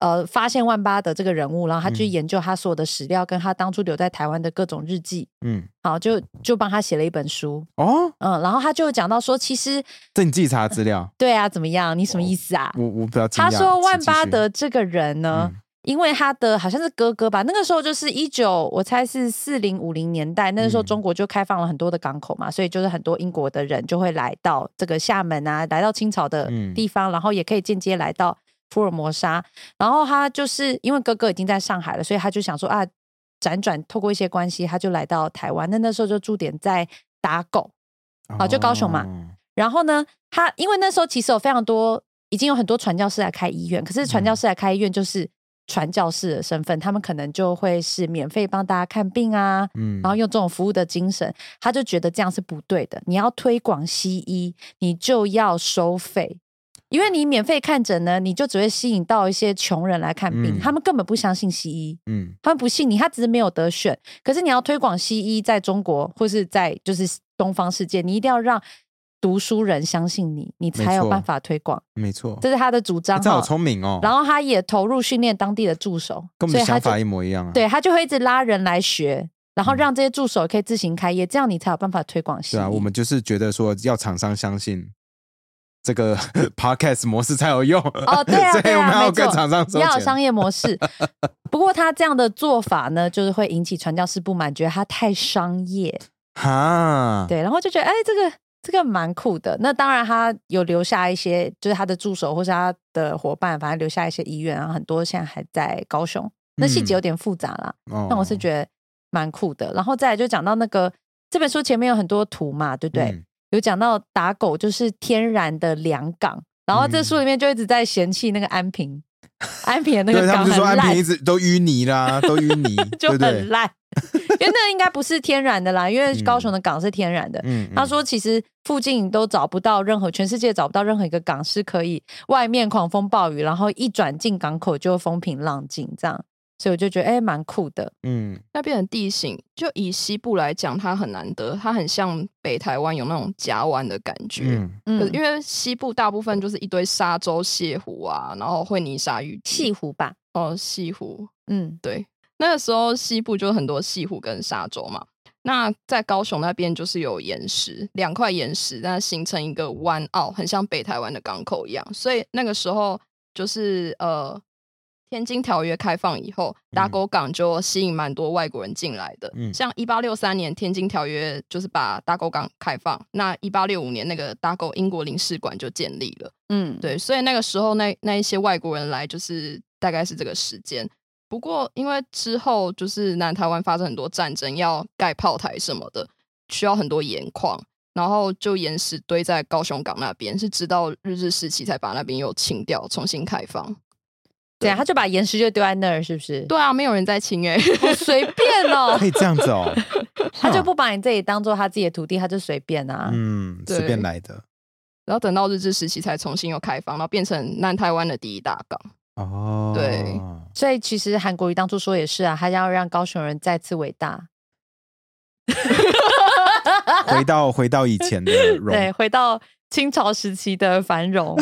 Speaker 1: 呃发现万巴德这个人物，然后他去
Speaker 2: 嗯
Speaker 1: 研究他所有的史料，跟他当初留在台湾的各种日记，
Speaker 2: 嗯，
Speaker 1: 好就就帮他写了一本书。
Speaker 2: 哦，
Speaker 1: 嗯，然后他就讲到说，其实
Speaker 2: 这你自己查资料，
Speaker 1: 对啊，怎么样？你什么意思啊？
Speaker 2: 哦我我比较惊讶。
Speaker 1: 他说
Speaker 2: 请
Speaker 1: 万
Speaker 2: 继
Speaker 1: 巴
Speaker 2: 续
Speaker 1: 德这个人呢，
Speaker 2: 嗯
Speaker 1: 因为他的好像是哥哥吧，那个时候就是一九，我猜是四零五零年代，那个时候
Speaker 2: 嗯
Speaker 1: 中国就开放了很多的港口嘛，所以就是很多英国的人就会来到这个厦门啊，来到清朝的
Speaker 2: 嗯
Speaker 1: 地方，然后也可以间接来到福尔摩沙。然后他就是因为哥哥已经在上海了，所以他就想说啊，辗转透过一些关系，他就来到台湾。那那时候就驻点在打狗，好啊就高雄嘛
Speaker 2: 哦
Speaker 1: 然后呢，他因为那时候其实有非常多，已经有很多传教士来开医院，可是
Speaker 2: 嗯
Speaker 1: 传教士来开医院就是传教士的身份，他们可能就会是免费帮大家看病啊，
Speaker 2: 嗯，
Speaker 1: 然后用这种服务的精神，他就觉得这样是不对的。你要推广西医，你就要收费。因为你免费看诊呢，你就只会吸引到一些穷人来看病，
Speaker 2: 嗯
Speaker 1: 他们根本不相信西医，
Speaker 2: 嗯
Speaker 1: 他们不信你，他只是没有得选。可是你要推广西医在中国或是在就是东方世界，你一定要让读书人相信你，你才有
Speaker 2: 错
Speaker 1: 办法推广。
Speaker 2: 没错，
Speaker 1: 这是他的主张
Speaker 2: 这好
Speaker 1: 哈。
Speaker 2: 聪明哦，
Speaker 1: 然后他也投入训练当地的助手，
Speaker 2: 跟我
Speaker 1: 所以
Speaker 2: 们的
Speaker 1: 他
Speaker 2: 想
Speaker 1: 就
Speaker 2: 法一模一样啊。
Speaker 1: 对他就会一直拉人来学，然后
Speaker 2: 嗯
Speaker 1: 让这些助手可以自行开业，这样你才有办法推广西医。
Speaker 2: 对啊，我们就是觉得说要厂商相信 这个 podcast 模式才有用
Speaker 1: 哦，啊对啊，
Speaker 2: 所
Speaker 1: 对
Speaker 2: 以我们
Speaker 1: 啊，
Speaker 2: 要
Speaker 1: 没
Speaker 2: 跟
Speaker 1: 错，
Speaker 2: 厂商收
Speaker 1: 要有
Speaker 2: 钱。
Speaker 1: 商业模 式。不过他这样的做法呢，就是会引起传教士不满，觉得他太商业。
Speaker 2: 哈，
Speaker 1: 对，然后就觉得哎，这个这个蛮酷的。那当然，他有留下一些，就是他的助手或是他的伙伴，反正留下一些医院，然后很多现在还在高雄。那细节有点复杂啦，
Speaker 2: 嗯哦，
Speaker 1: 但我是觉得蛮酷的。然后再来就讲到那个这本书前面有很多图嘛，对不对？
Speaker 2: 嗯
Speaker 1: 有讲到打狗就是天然的良港，然后这书
Speaker 2: 嗯
Speaker 1: 里面就一直在嫌弃那个安平，安平 的那
Speaker 2: 对
Speaker 1: 个
Speaker 2: 他
Speaker 1: 港
Speaker 2: 们就
Speaker 1: 很
Speaker 2: 说安
Speaker 1: 烂
Speaker 2: 平一，直都淤 泥啦，都淤泥，
Speaker 1: 就
Speaker 2: 对不
Speaker 1: 很
Speaker 2: 对？
Speaker 1: 烂， 因为那应该不是天然的啦，因 为高
Speaker 2: 嗯
Speaker 1: 雄的港是天然的，
Speaker 2: 嗯，嗯
Speaker 1: 他说，其实附近都找不到任何，全世界找不到任何一个港是可以外面狂风暴雨，然后一转进港口就风平浪静这样。所以我就觉得，哎、蛮酷的。
Speaker 2: 嗯，
Speaker 3: 那边的地形，就以西部来讲，它很难得，它很像北台湾有那种夹湾的感觉。
Speaker 2: 嗯
Speaker 3: 可
Speaker 1: 嗯
Speaker 3: 是，因为西部大部分就是一堆沙洲、泻湖啊，然后会泥沙淤积
Speaker 1: 西湖吧，
Speaker 3: 哦，西湖。
Speaker 1: 嗯，
Speaker 3: 对，那个时候西部就很多西湖跟沙洲嘛。那在高雄那边就是有岩石，两块岩石，那形成一个湾澳，很像北台湾的港口一样。所以那个时候就是呃，天津条约开放以后，打狗港就吸引蛮多外国人进来的。
Speaker 2: 嗯
Speaker 3: 像一八六三年天津条约就是把打狗港开放，那一八六五年那个打狗英国领事馆就建立了。
Speaker 1: 嗯，
Speaker 3: 对，所以那个时候那那一些外国人来，就是大概是这个时间。不过因为之后就是南台湾发生很多战争，要盖炮台什么的，需要很多盐矿，然后就岩石堆在高雄港那边，是直到日治时期才把那边又清掉，重新开放。
Speaker 1: 对，啊他就把岩石就丢在那儿，是不是？
Speaker 3: 对啊，没有人在清哎、
Speaker 1: 好随便 哦、
Speaker 2: 可以这样子哦，
Speaker 1: 他就不把你自己当做他自己的土地，他就随便啊。
Speaker 2: 嗯，随
Speaker 3: 对
Speaker 2: 便来的
Speaker 3: 然后等到日治时期才重新又开放，然后变成南台湾的第一大 港。
Speaker 2: 哦，
Speaker 3: 对
Speaker 1: 所以其实韩国瑜当初说也是啊，他要让高雄人再次伟大，
Speaker 2: 回 到回到以前的荣
Speaker 1: 对，回到清朝时期的繁 荣。，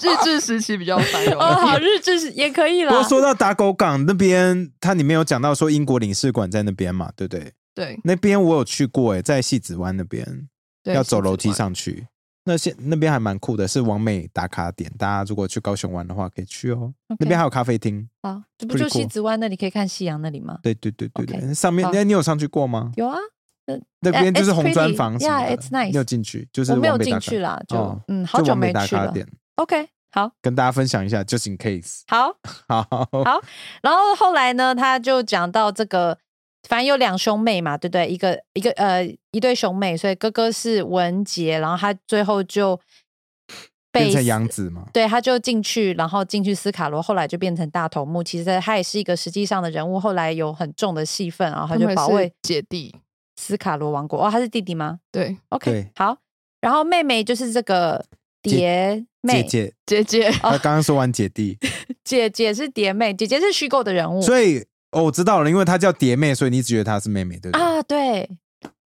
Speaker 3: 日治时期比较繁荣
Speaker 1: 哦， 好，日志是也可以啦。
Speaker 2: 不过说到打狗港那边，它里面有讲到说英国领事馆在那边嘛，对不对？
Speaker 3: 对
Speaker 2: 那边我有去过、诶，在戏子湾那边
Speaker 3: 对，
Speaker 2: 要走楼
Speaker 3: 狮
Speaker 2: 梯
Speaker 3: 子湾。
Speaker 2: 上去。那现那边还蛮酷的，是完美打卡点。大家如果去高雄玩的话，可以去哦。那边还有咖啡厅，
Speaker 1: 好，啊这不就
Speaker 2: Pretty
Speaker 1: 西
Speaker 2: cool
Speaker 1: 子湾那里可以看夕阳那里吗？
Speaker 2: 对对对对对。
Speaker 1: OK，
Speaker 2: 上面
Speaker 1: 好
Speaker 2: 那你有上去过吗？
Speaker 1: 有啊，哎
Speaker 2: 那边就是红砖房
Speaker 1: it's
Speaker 2: 什么的
Speaker 1: pretty，yeah，it's nice
Speaker 2: 你有进去？就是
Speaker 1: 我没有
Speaker 2: 完美打
Speaker 1: 进
Speaker 2: 卡
Speaker 1: 去啦，就、
Speaker 2: 哦
Speaker 1: 嗯，好
Speaker 2: 就
Speaker 1: 久
Speaker 2: 完美
Speaker 1: 没
Speaker 2: 打
Speaker 1: 去
Speaker 2: 卡
Speaker 1: 了。
Speaker 2: 点，
Speaker 1: OK，好，
Speaker 2: 跟大家分享一下，just in case。
Speaker 1: 好。
Speaker 2: 好，
Speaker 1: 然后后来呢，他就讲到这个，反正有两兄妹嘛，对不对？一个一个呃一对兄妹，所以哥哥是文杰，然后他最后就
Speaker 2: 变
Speaker 1: 被
Speaker 2: 成
Speaker 1: 死
Speaker 2: 杨子嘛。
Speaker 1: 对，他就进去，然后进去斯卡罗，后来就变成大头目。其实他也是一个实际上的人物，后来有很重的戏份，啊然后他
Speaker 3: 们
Speaker 1: 就保
Speaker 3: 是
Speaker 1: 卫
Speaker 3: 姐弟，
Speaker 1: 斯卡罗王国。哦，他是弟弟吗？
Speaker 3: 对，
Speaker 1: OK，
Speaker 2: 对
Speaker 1: 好。然后妹妹就是这个蝶
Speaker 2: 姐
Speaker 1: 妹，哦嗯
Speaker 2: 姐，
Speaker 3: 姐姐，
Speaker 2: 他刚刚说完姐 弟，
Speaker 1: 姐姐是蝶妹，姐姐是虚构的人物
Speaker 2: 所以哦，我知道了，因为她叫蝶妹，所以你只觉得她是妹妹，对不对？
Speaker 1: 啊，对，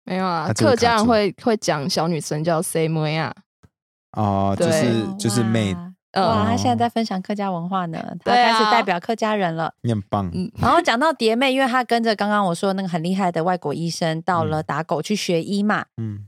Speaker 3: 没有啊
Speaker 2: 她，只会
Speaker 3: 客家
Speaker 2: 卡
Speaker 3: 人
Speaker 2: 住
Speaker 3: 会会讲小女生叫 C 妹啊，
Speaker 2: 哦，就
Speaker 3: 对
Speaker 2: 是就是妹，
Speaker 1: 哇哇，
Speaker 3: 嗯，
Speaker 1: 她现在在分享客家文化呢，她
Speaker 3: 对
Speaker 1: 开
Speaker 3: 啊
Speaker 1: 始代表客家人了。
Speaker 2: 你很棒，
Speaker 3: 嗯
Speaker 1: 然后讲到蝶妹，因为她跟着刚刚我说的那个很厉害的外国医生到了
Speaker 2: 嗯
Speaker 1: 打狗去学医嘛，
Speaker 2: 嗯，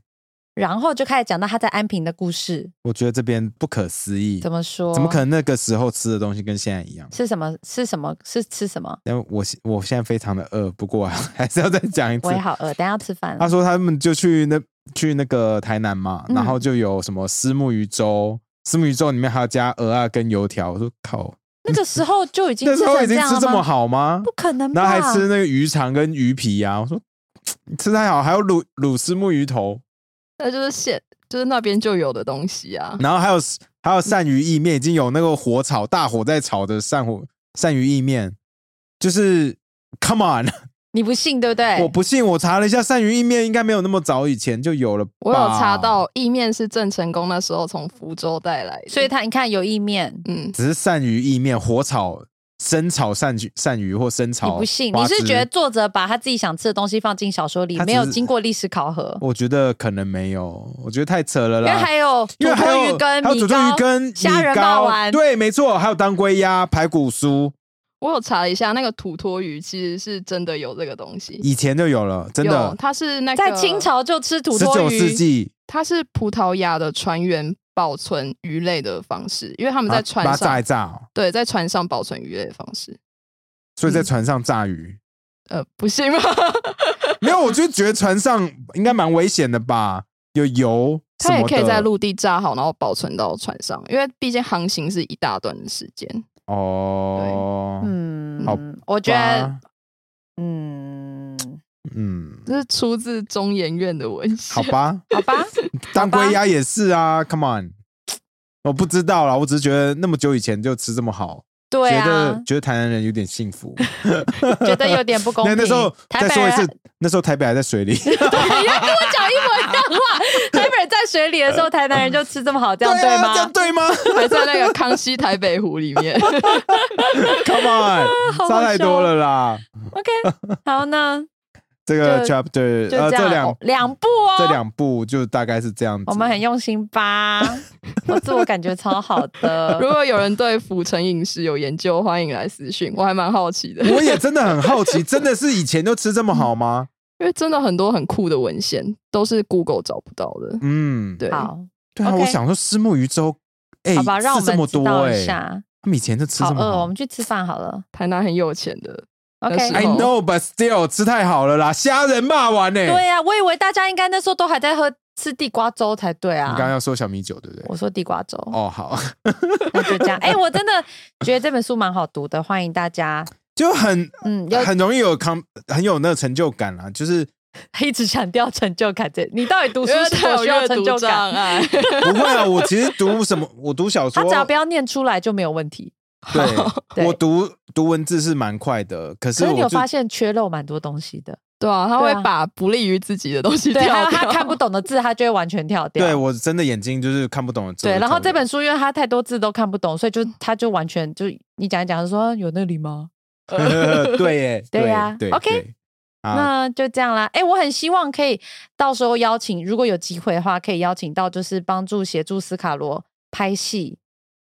Speaker 1: 然后就开始讲到她在安平的故事，
Speaker 2: 我觉得这边不可思议，
Speaker 1: 怎么说？
Speaker 2: 怎么可？能那个时候吃的东西跟现在一样？
Speaker 1: 是什么？是什么？是吃什么？
Speaker 2: 但我现我现在非常的饿，不过 还是要啊再讲一次
Speaker 1: 我。也好饿，等一下要吃饭
Speaker 2: 他
Speaker 1: 了。
Speaker 2: 说他们就去那去那个台南嘛，
Speaker 1: 嗯
Speaker 2: 然后就有什么虱目鱼粥，虱目鱼粥里面还有加鹅啊跟油条。我说靠，
Speaker 1: 那个时候就已经
Speaker 2: 那时候
Speaker 1: 成
Speaker 2: 已经
Speaker 1: 样
Speaker 2: 吃
Speaker 1: 了
Speaker 2: 这么
Speaker 1: 吗，
Speaker 2: 好吗
Speaker 1: 不？可能吧？
Speaker 2: 然后还吃那个鱼肠跟鱼皮啊。我说嘖你吃太好，还有卤卤虱目鱼头，
Speaker 3: 那就是现就是那边就有的东西啊。
Speaker 2: 然后还有还有鳝鱼意面，已经有那个火炒大火在炒的鳝火鳝鱼意面，就是 come on。
Speaker 1: 你不信对不对？
Speaker 2: 我不信，我查了一下，鳝鱼意面应该没有那么早以前就有了吧。
Speaker 3: 我有查，到意面是郑成功那时候从福州带来的，
Speaker 1: 所以他你看有意面，
Speaker 3: 嗯，
Speaker 2: 只是鳝鱼意面火炒、生炒鳝鱼、鳝鱼或生
Speaker 1: 你
Speaker 2: 炒。
Speaker 1: 不信？你是觉得？作者把他自己想吃的东西放进小说里
Speaker 2: 他，只
Speaker 1: 没有
Speaker 2: 是
Speaker 1: 经过历史考核？
Speaker 2: 我觉得可能没有，我觉得太扯了
Speaker 1: 因为
Speaker 2: 啦。
Speaker 1: 还有土
Speaker 2: 因为还
Speaker 1: 托
Speaker 2: 有
Speaker 1: 鱼跟
Speaker 2: 还有
Speaker 1: 米
Speaker 2: 煮蒸鱼
Speaker 1: 糕、
Speaker 2: 跟
Speaker 1: 虾仁
Speaker 2: 米糕
Speaker 1: 包丸
Speaker 2: 对，没错，还有当归鸭、排骨酥，
Speaker 3: 我有查了一下，那个土托鱼其实是真的有这个东西，
Speaker 2: 以前就有了，真
Speaker 3: 有
Speaker 2: 的。
Speaker 3: 它是那个
Speaker 1: 在清，朝就吃土
Speaker 2: 十
Speaker 1: 托
Speaker 2: 九
Speaker 1: 鱼，
Speaker 2: 世纪
Speaker 3: 它是葡萄牙的船员保存鱼类的方式，因为他们在
Speaker 2: 啊把
Speaker 3: 船
Speaker 2: 它
Speaker 3: 上、
Speaker 2: 炸一炸哦，
Speaker 3: 对在船上保存鱼类的方式，
Speaker 2: 所以在
Speaker 3: 嗯
Speaker 2: 船上炸鱼。
Speaker 3: 呃，不行吗？
Speaker 2: 没有，我就觉得船上应该蛮危险的吧，有油什
Speaker 3: 它
Speaker 2: 么
Speaker 3: 也
Speaker 2: 的。
Speaker 3: 可以在陆地炸好，然后保存到船上，因为毕竟航行是一大段的时间。
Speaker 2: 哦，
Speaker 1: 嗯，
Speaker 2: 好
Speaker 1: 我觉得
Speaker 2: 吧，
Speaker 1: 嗯，
Speaker 2: 嗯，
Speaker 3: 这是出自中研院的文
Speaker 2: 好
Speaker 3: 献。
Speaker 2: 吧，
Speaker 1: 好 吧，
Speaker 2: 当归鸭也是啊，Come on，我不知道啦，我只是觉得那么久以前就吃这么好，
Speaker 1: 对
Speaker 2: 觉得
Speaker 1: 啊，
Speaker 2: 觉得台南人有点幸福。
Speaker 1: 觉得有点不 公
Speaker 2: 那
Speaker 1: 平。
Speaker 2: 那时候
Speaker 1: 台
Speaker 2: 再
Speaker 1: 北
Speaker 2: 说一
Speaker 1: 人，
Speaker 2: 次，那时候台北还在水里，
Speaker 1: 你要跟我讲一模一样的 话。台北人在水里的时候，台南人就吃这么 好，这样
Speaker 2: 啊这
Speaker 1: 吗
Speaker 2: 样？ 对吗
Speaker 3: 还在那个康熙台北湖里 面，
Speaker 2: ？Come on，
Speaker 1: 好
Speaker 2: 差太
Speaker 1: 笑
Speaker 2: 多了啦。
Speaker 1: 好呢，
Speaker 2: 这个
Speaker 1: 就
Speaker 2: chapter
Speaker 1: 就
Speaker 2: 呃，
Speaker 1: 这
Speaker 2: 这
Speaker 1: 样
Speaker 2: 两
Speaker 1: 哦，两部哦，
Speaker 2: 这两部就大概是这样子。
Speaker 1: 我们很用心 吧？我自我感觉超好
Speaker 3: 如
Speaker 1: 的。
Speaker 3: 果有人对腐成饮食有研究，欢迎来私讯，我还蛮好奇 的，
Speaker 2: 我也真的很好奇， 真的是以前就吃这么好吗？
Speaker 3: 因为真的很多很酷的文献都是 Google 找不到的。
Speaker 2: 嗯，
Speaker 3: 对，
Speaker 1: 好，
Speaker 2: 对啊，
Speaker 1: OK
Speaker 2: 我想说虱目鱼粥，哎，
Speaker 1: 好吧，让我
Speaker 2: 吃这么
Speaker 1: 们知
Speaker 2: 多
Speaker 1: 道一
Speaker 2: 哎，
Speaker 1: 下。
Speaker 2: 他们以前就吃
Speaker 1: 好
Speaker 2: 这么
Speaker 1: 饿，我们去吃饭好了。
Speaker 3: 台南很有钱的，
Speaker 1: OK，
Speaker 3: 但 是
Speaker 2: ，I
Speaker 3: 哦
Speaker 2: know but still 吃太好了啦，虾仁霸丸呢？
Speaker 1: 对呀、啊我以为大家应该那时候都还在喝吃地瓜粥才对
Speaker 2: 你
Speaker 1: 啊
Speaker 2: 刚。刚要说小米酒对不对？
Speaker 1: 我说地瓜粥，
Speaker 2: 哦，好，
Speaker 1: 那就这样。哎、我真的觉得这本书蛮好读的，欢迎大家。
Speaker 2: 就很
Speaker 1: 嗯，要
Speaker 2: 很容易有康，很有那个成就感啦，就是
Speaker 1: 一直强调成就感这，你到底读书
Speaker 3: 因为
Speaker 1: 是
Speaker 3: 他
Speaker 1: 否
Speaker 3: 有
Speaker 1: 需要
Speaker 3: 阅
Speaker 1: 成
Speaker 3: 读
Speaker 1: 就
Speaker 3: 障
Speaker 1: 感？
Speaker 3: 碍。
Speaker 2: 不会啊，我其实读什么， 我读小
Speaker 1: 他
Speaker 2: 说
Speaker 1: 只，要不要念出来就没有问题。
Speaker 2: 对，
Speaker 1: 对
Speaker 2: 我读读文字是蛮快的，可是
Speaker 1: 可是你
Speaker 2: 我
Speaker 1: 有
Speaker 2: 就
Speaker 1: 发现缺漏蛮多东西 的，
Speaker 3: 对啊，他
Speaker 1: 对
Speaker 3: 会
Speaker 1: 啊
Speaker 3: 把不利于自己的东西
Speaker 1: 对，
Speaker 3: 掉
Speaker 1: 还有
Speaker 3: 掉。
Speaker 1: 他看不懂的字，他就会完全跳掉。
Speaker 2: 对我真的眼睛就是看不懂的字。
Speaker 1: 对，然后这本
Speaker 2: 书
Speaker 1: 书因为他太多字都看不懂，所以就他就完全就你讲一讲说有那里吗？
Speaker 2: 对耶，
Speaker 1: 对呀
Speaker 2: 对
Speaker 1: OK
Speaker 2: 对啊
Speaker 1: 那就这样啦。哎、我很希望可以到时候邀请，如果有机会的话，可以邀请到就是帮助协助斯卡罗拍戏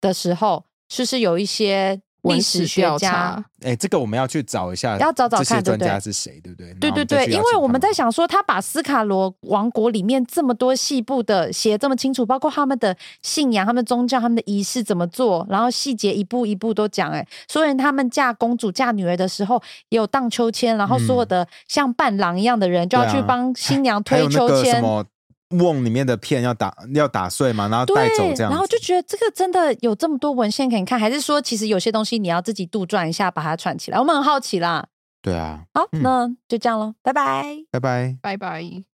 Speaker 1: 的时候，是不是有一些历
Speaker 3: 文
Speaker 1: 史
Speaker 3: 史
Speaker 1: 学
Speaker 3: 调
Speaker 1: 家？
Speaker 3: 查，
Speaker 2: 哎、这个我们要去找一下，
Speaker 1: 要找找
Speaker 2: 这些
Speaker 1: 看对
Speaker 2: 专
Speaker 1: 不
Speaker 2: 家
Speaker 1: 对
Speaker 2: 是谁，对不对？
Speaker 1: 对
Speaker 2: 然后
Speaker 1: 对
Speaker 2: 们再
Speaker 1: 对，
Speaker 2: 去
Speaker 1: 因
Speaker 2: 邀请
Speaker 1: 为
Speaker 2: 他
Speaker 1: 我们
Speaker 2: 们
Speaker 1: 在，想说，他把斯卡罗王国里面这么多细部的写这么清楚，包括他们的信仰、他们的宗教、他们的仪式怎么做，然后细节一步一步都讲。哎，所以他们嫁公主、嫁女儿的时候也有荡秋千，然后所有的像伴郎一样的人就要
Speaker 2: 嗯对啊
Speaker 1: 去帮新娘
Speaker 2: 还
Speaker 1: 推
Speaker 2: 有那
Speaker 1: 秋
Speaker 2: 个
Speaker 1: 千。
Speaker 2: 什么瓮里面的片要打要打碎嘛，然后带走这样子，
Speaker 1: 然后就觉得这个真的有这么多文献可以看，还是说其实有些东西你要自己杜撰一下，把它串起来？我们很好奇啦。
Speaker 2: 对啊，
Speaker 1: 好，
Speaker 2: 嗯
Speaker 1: 那就这样喽，拜拜。
Speaker 2: 拜拜。
Speaker 3: 拜拜。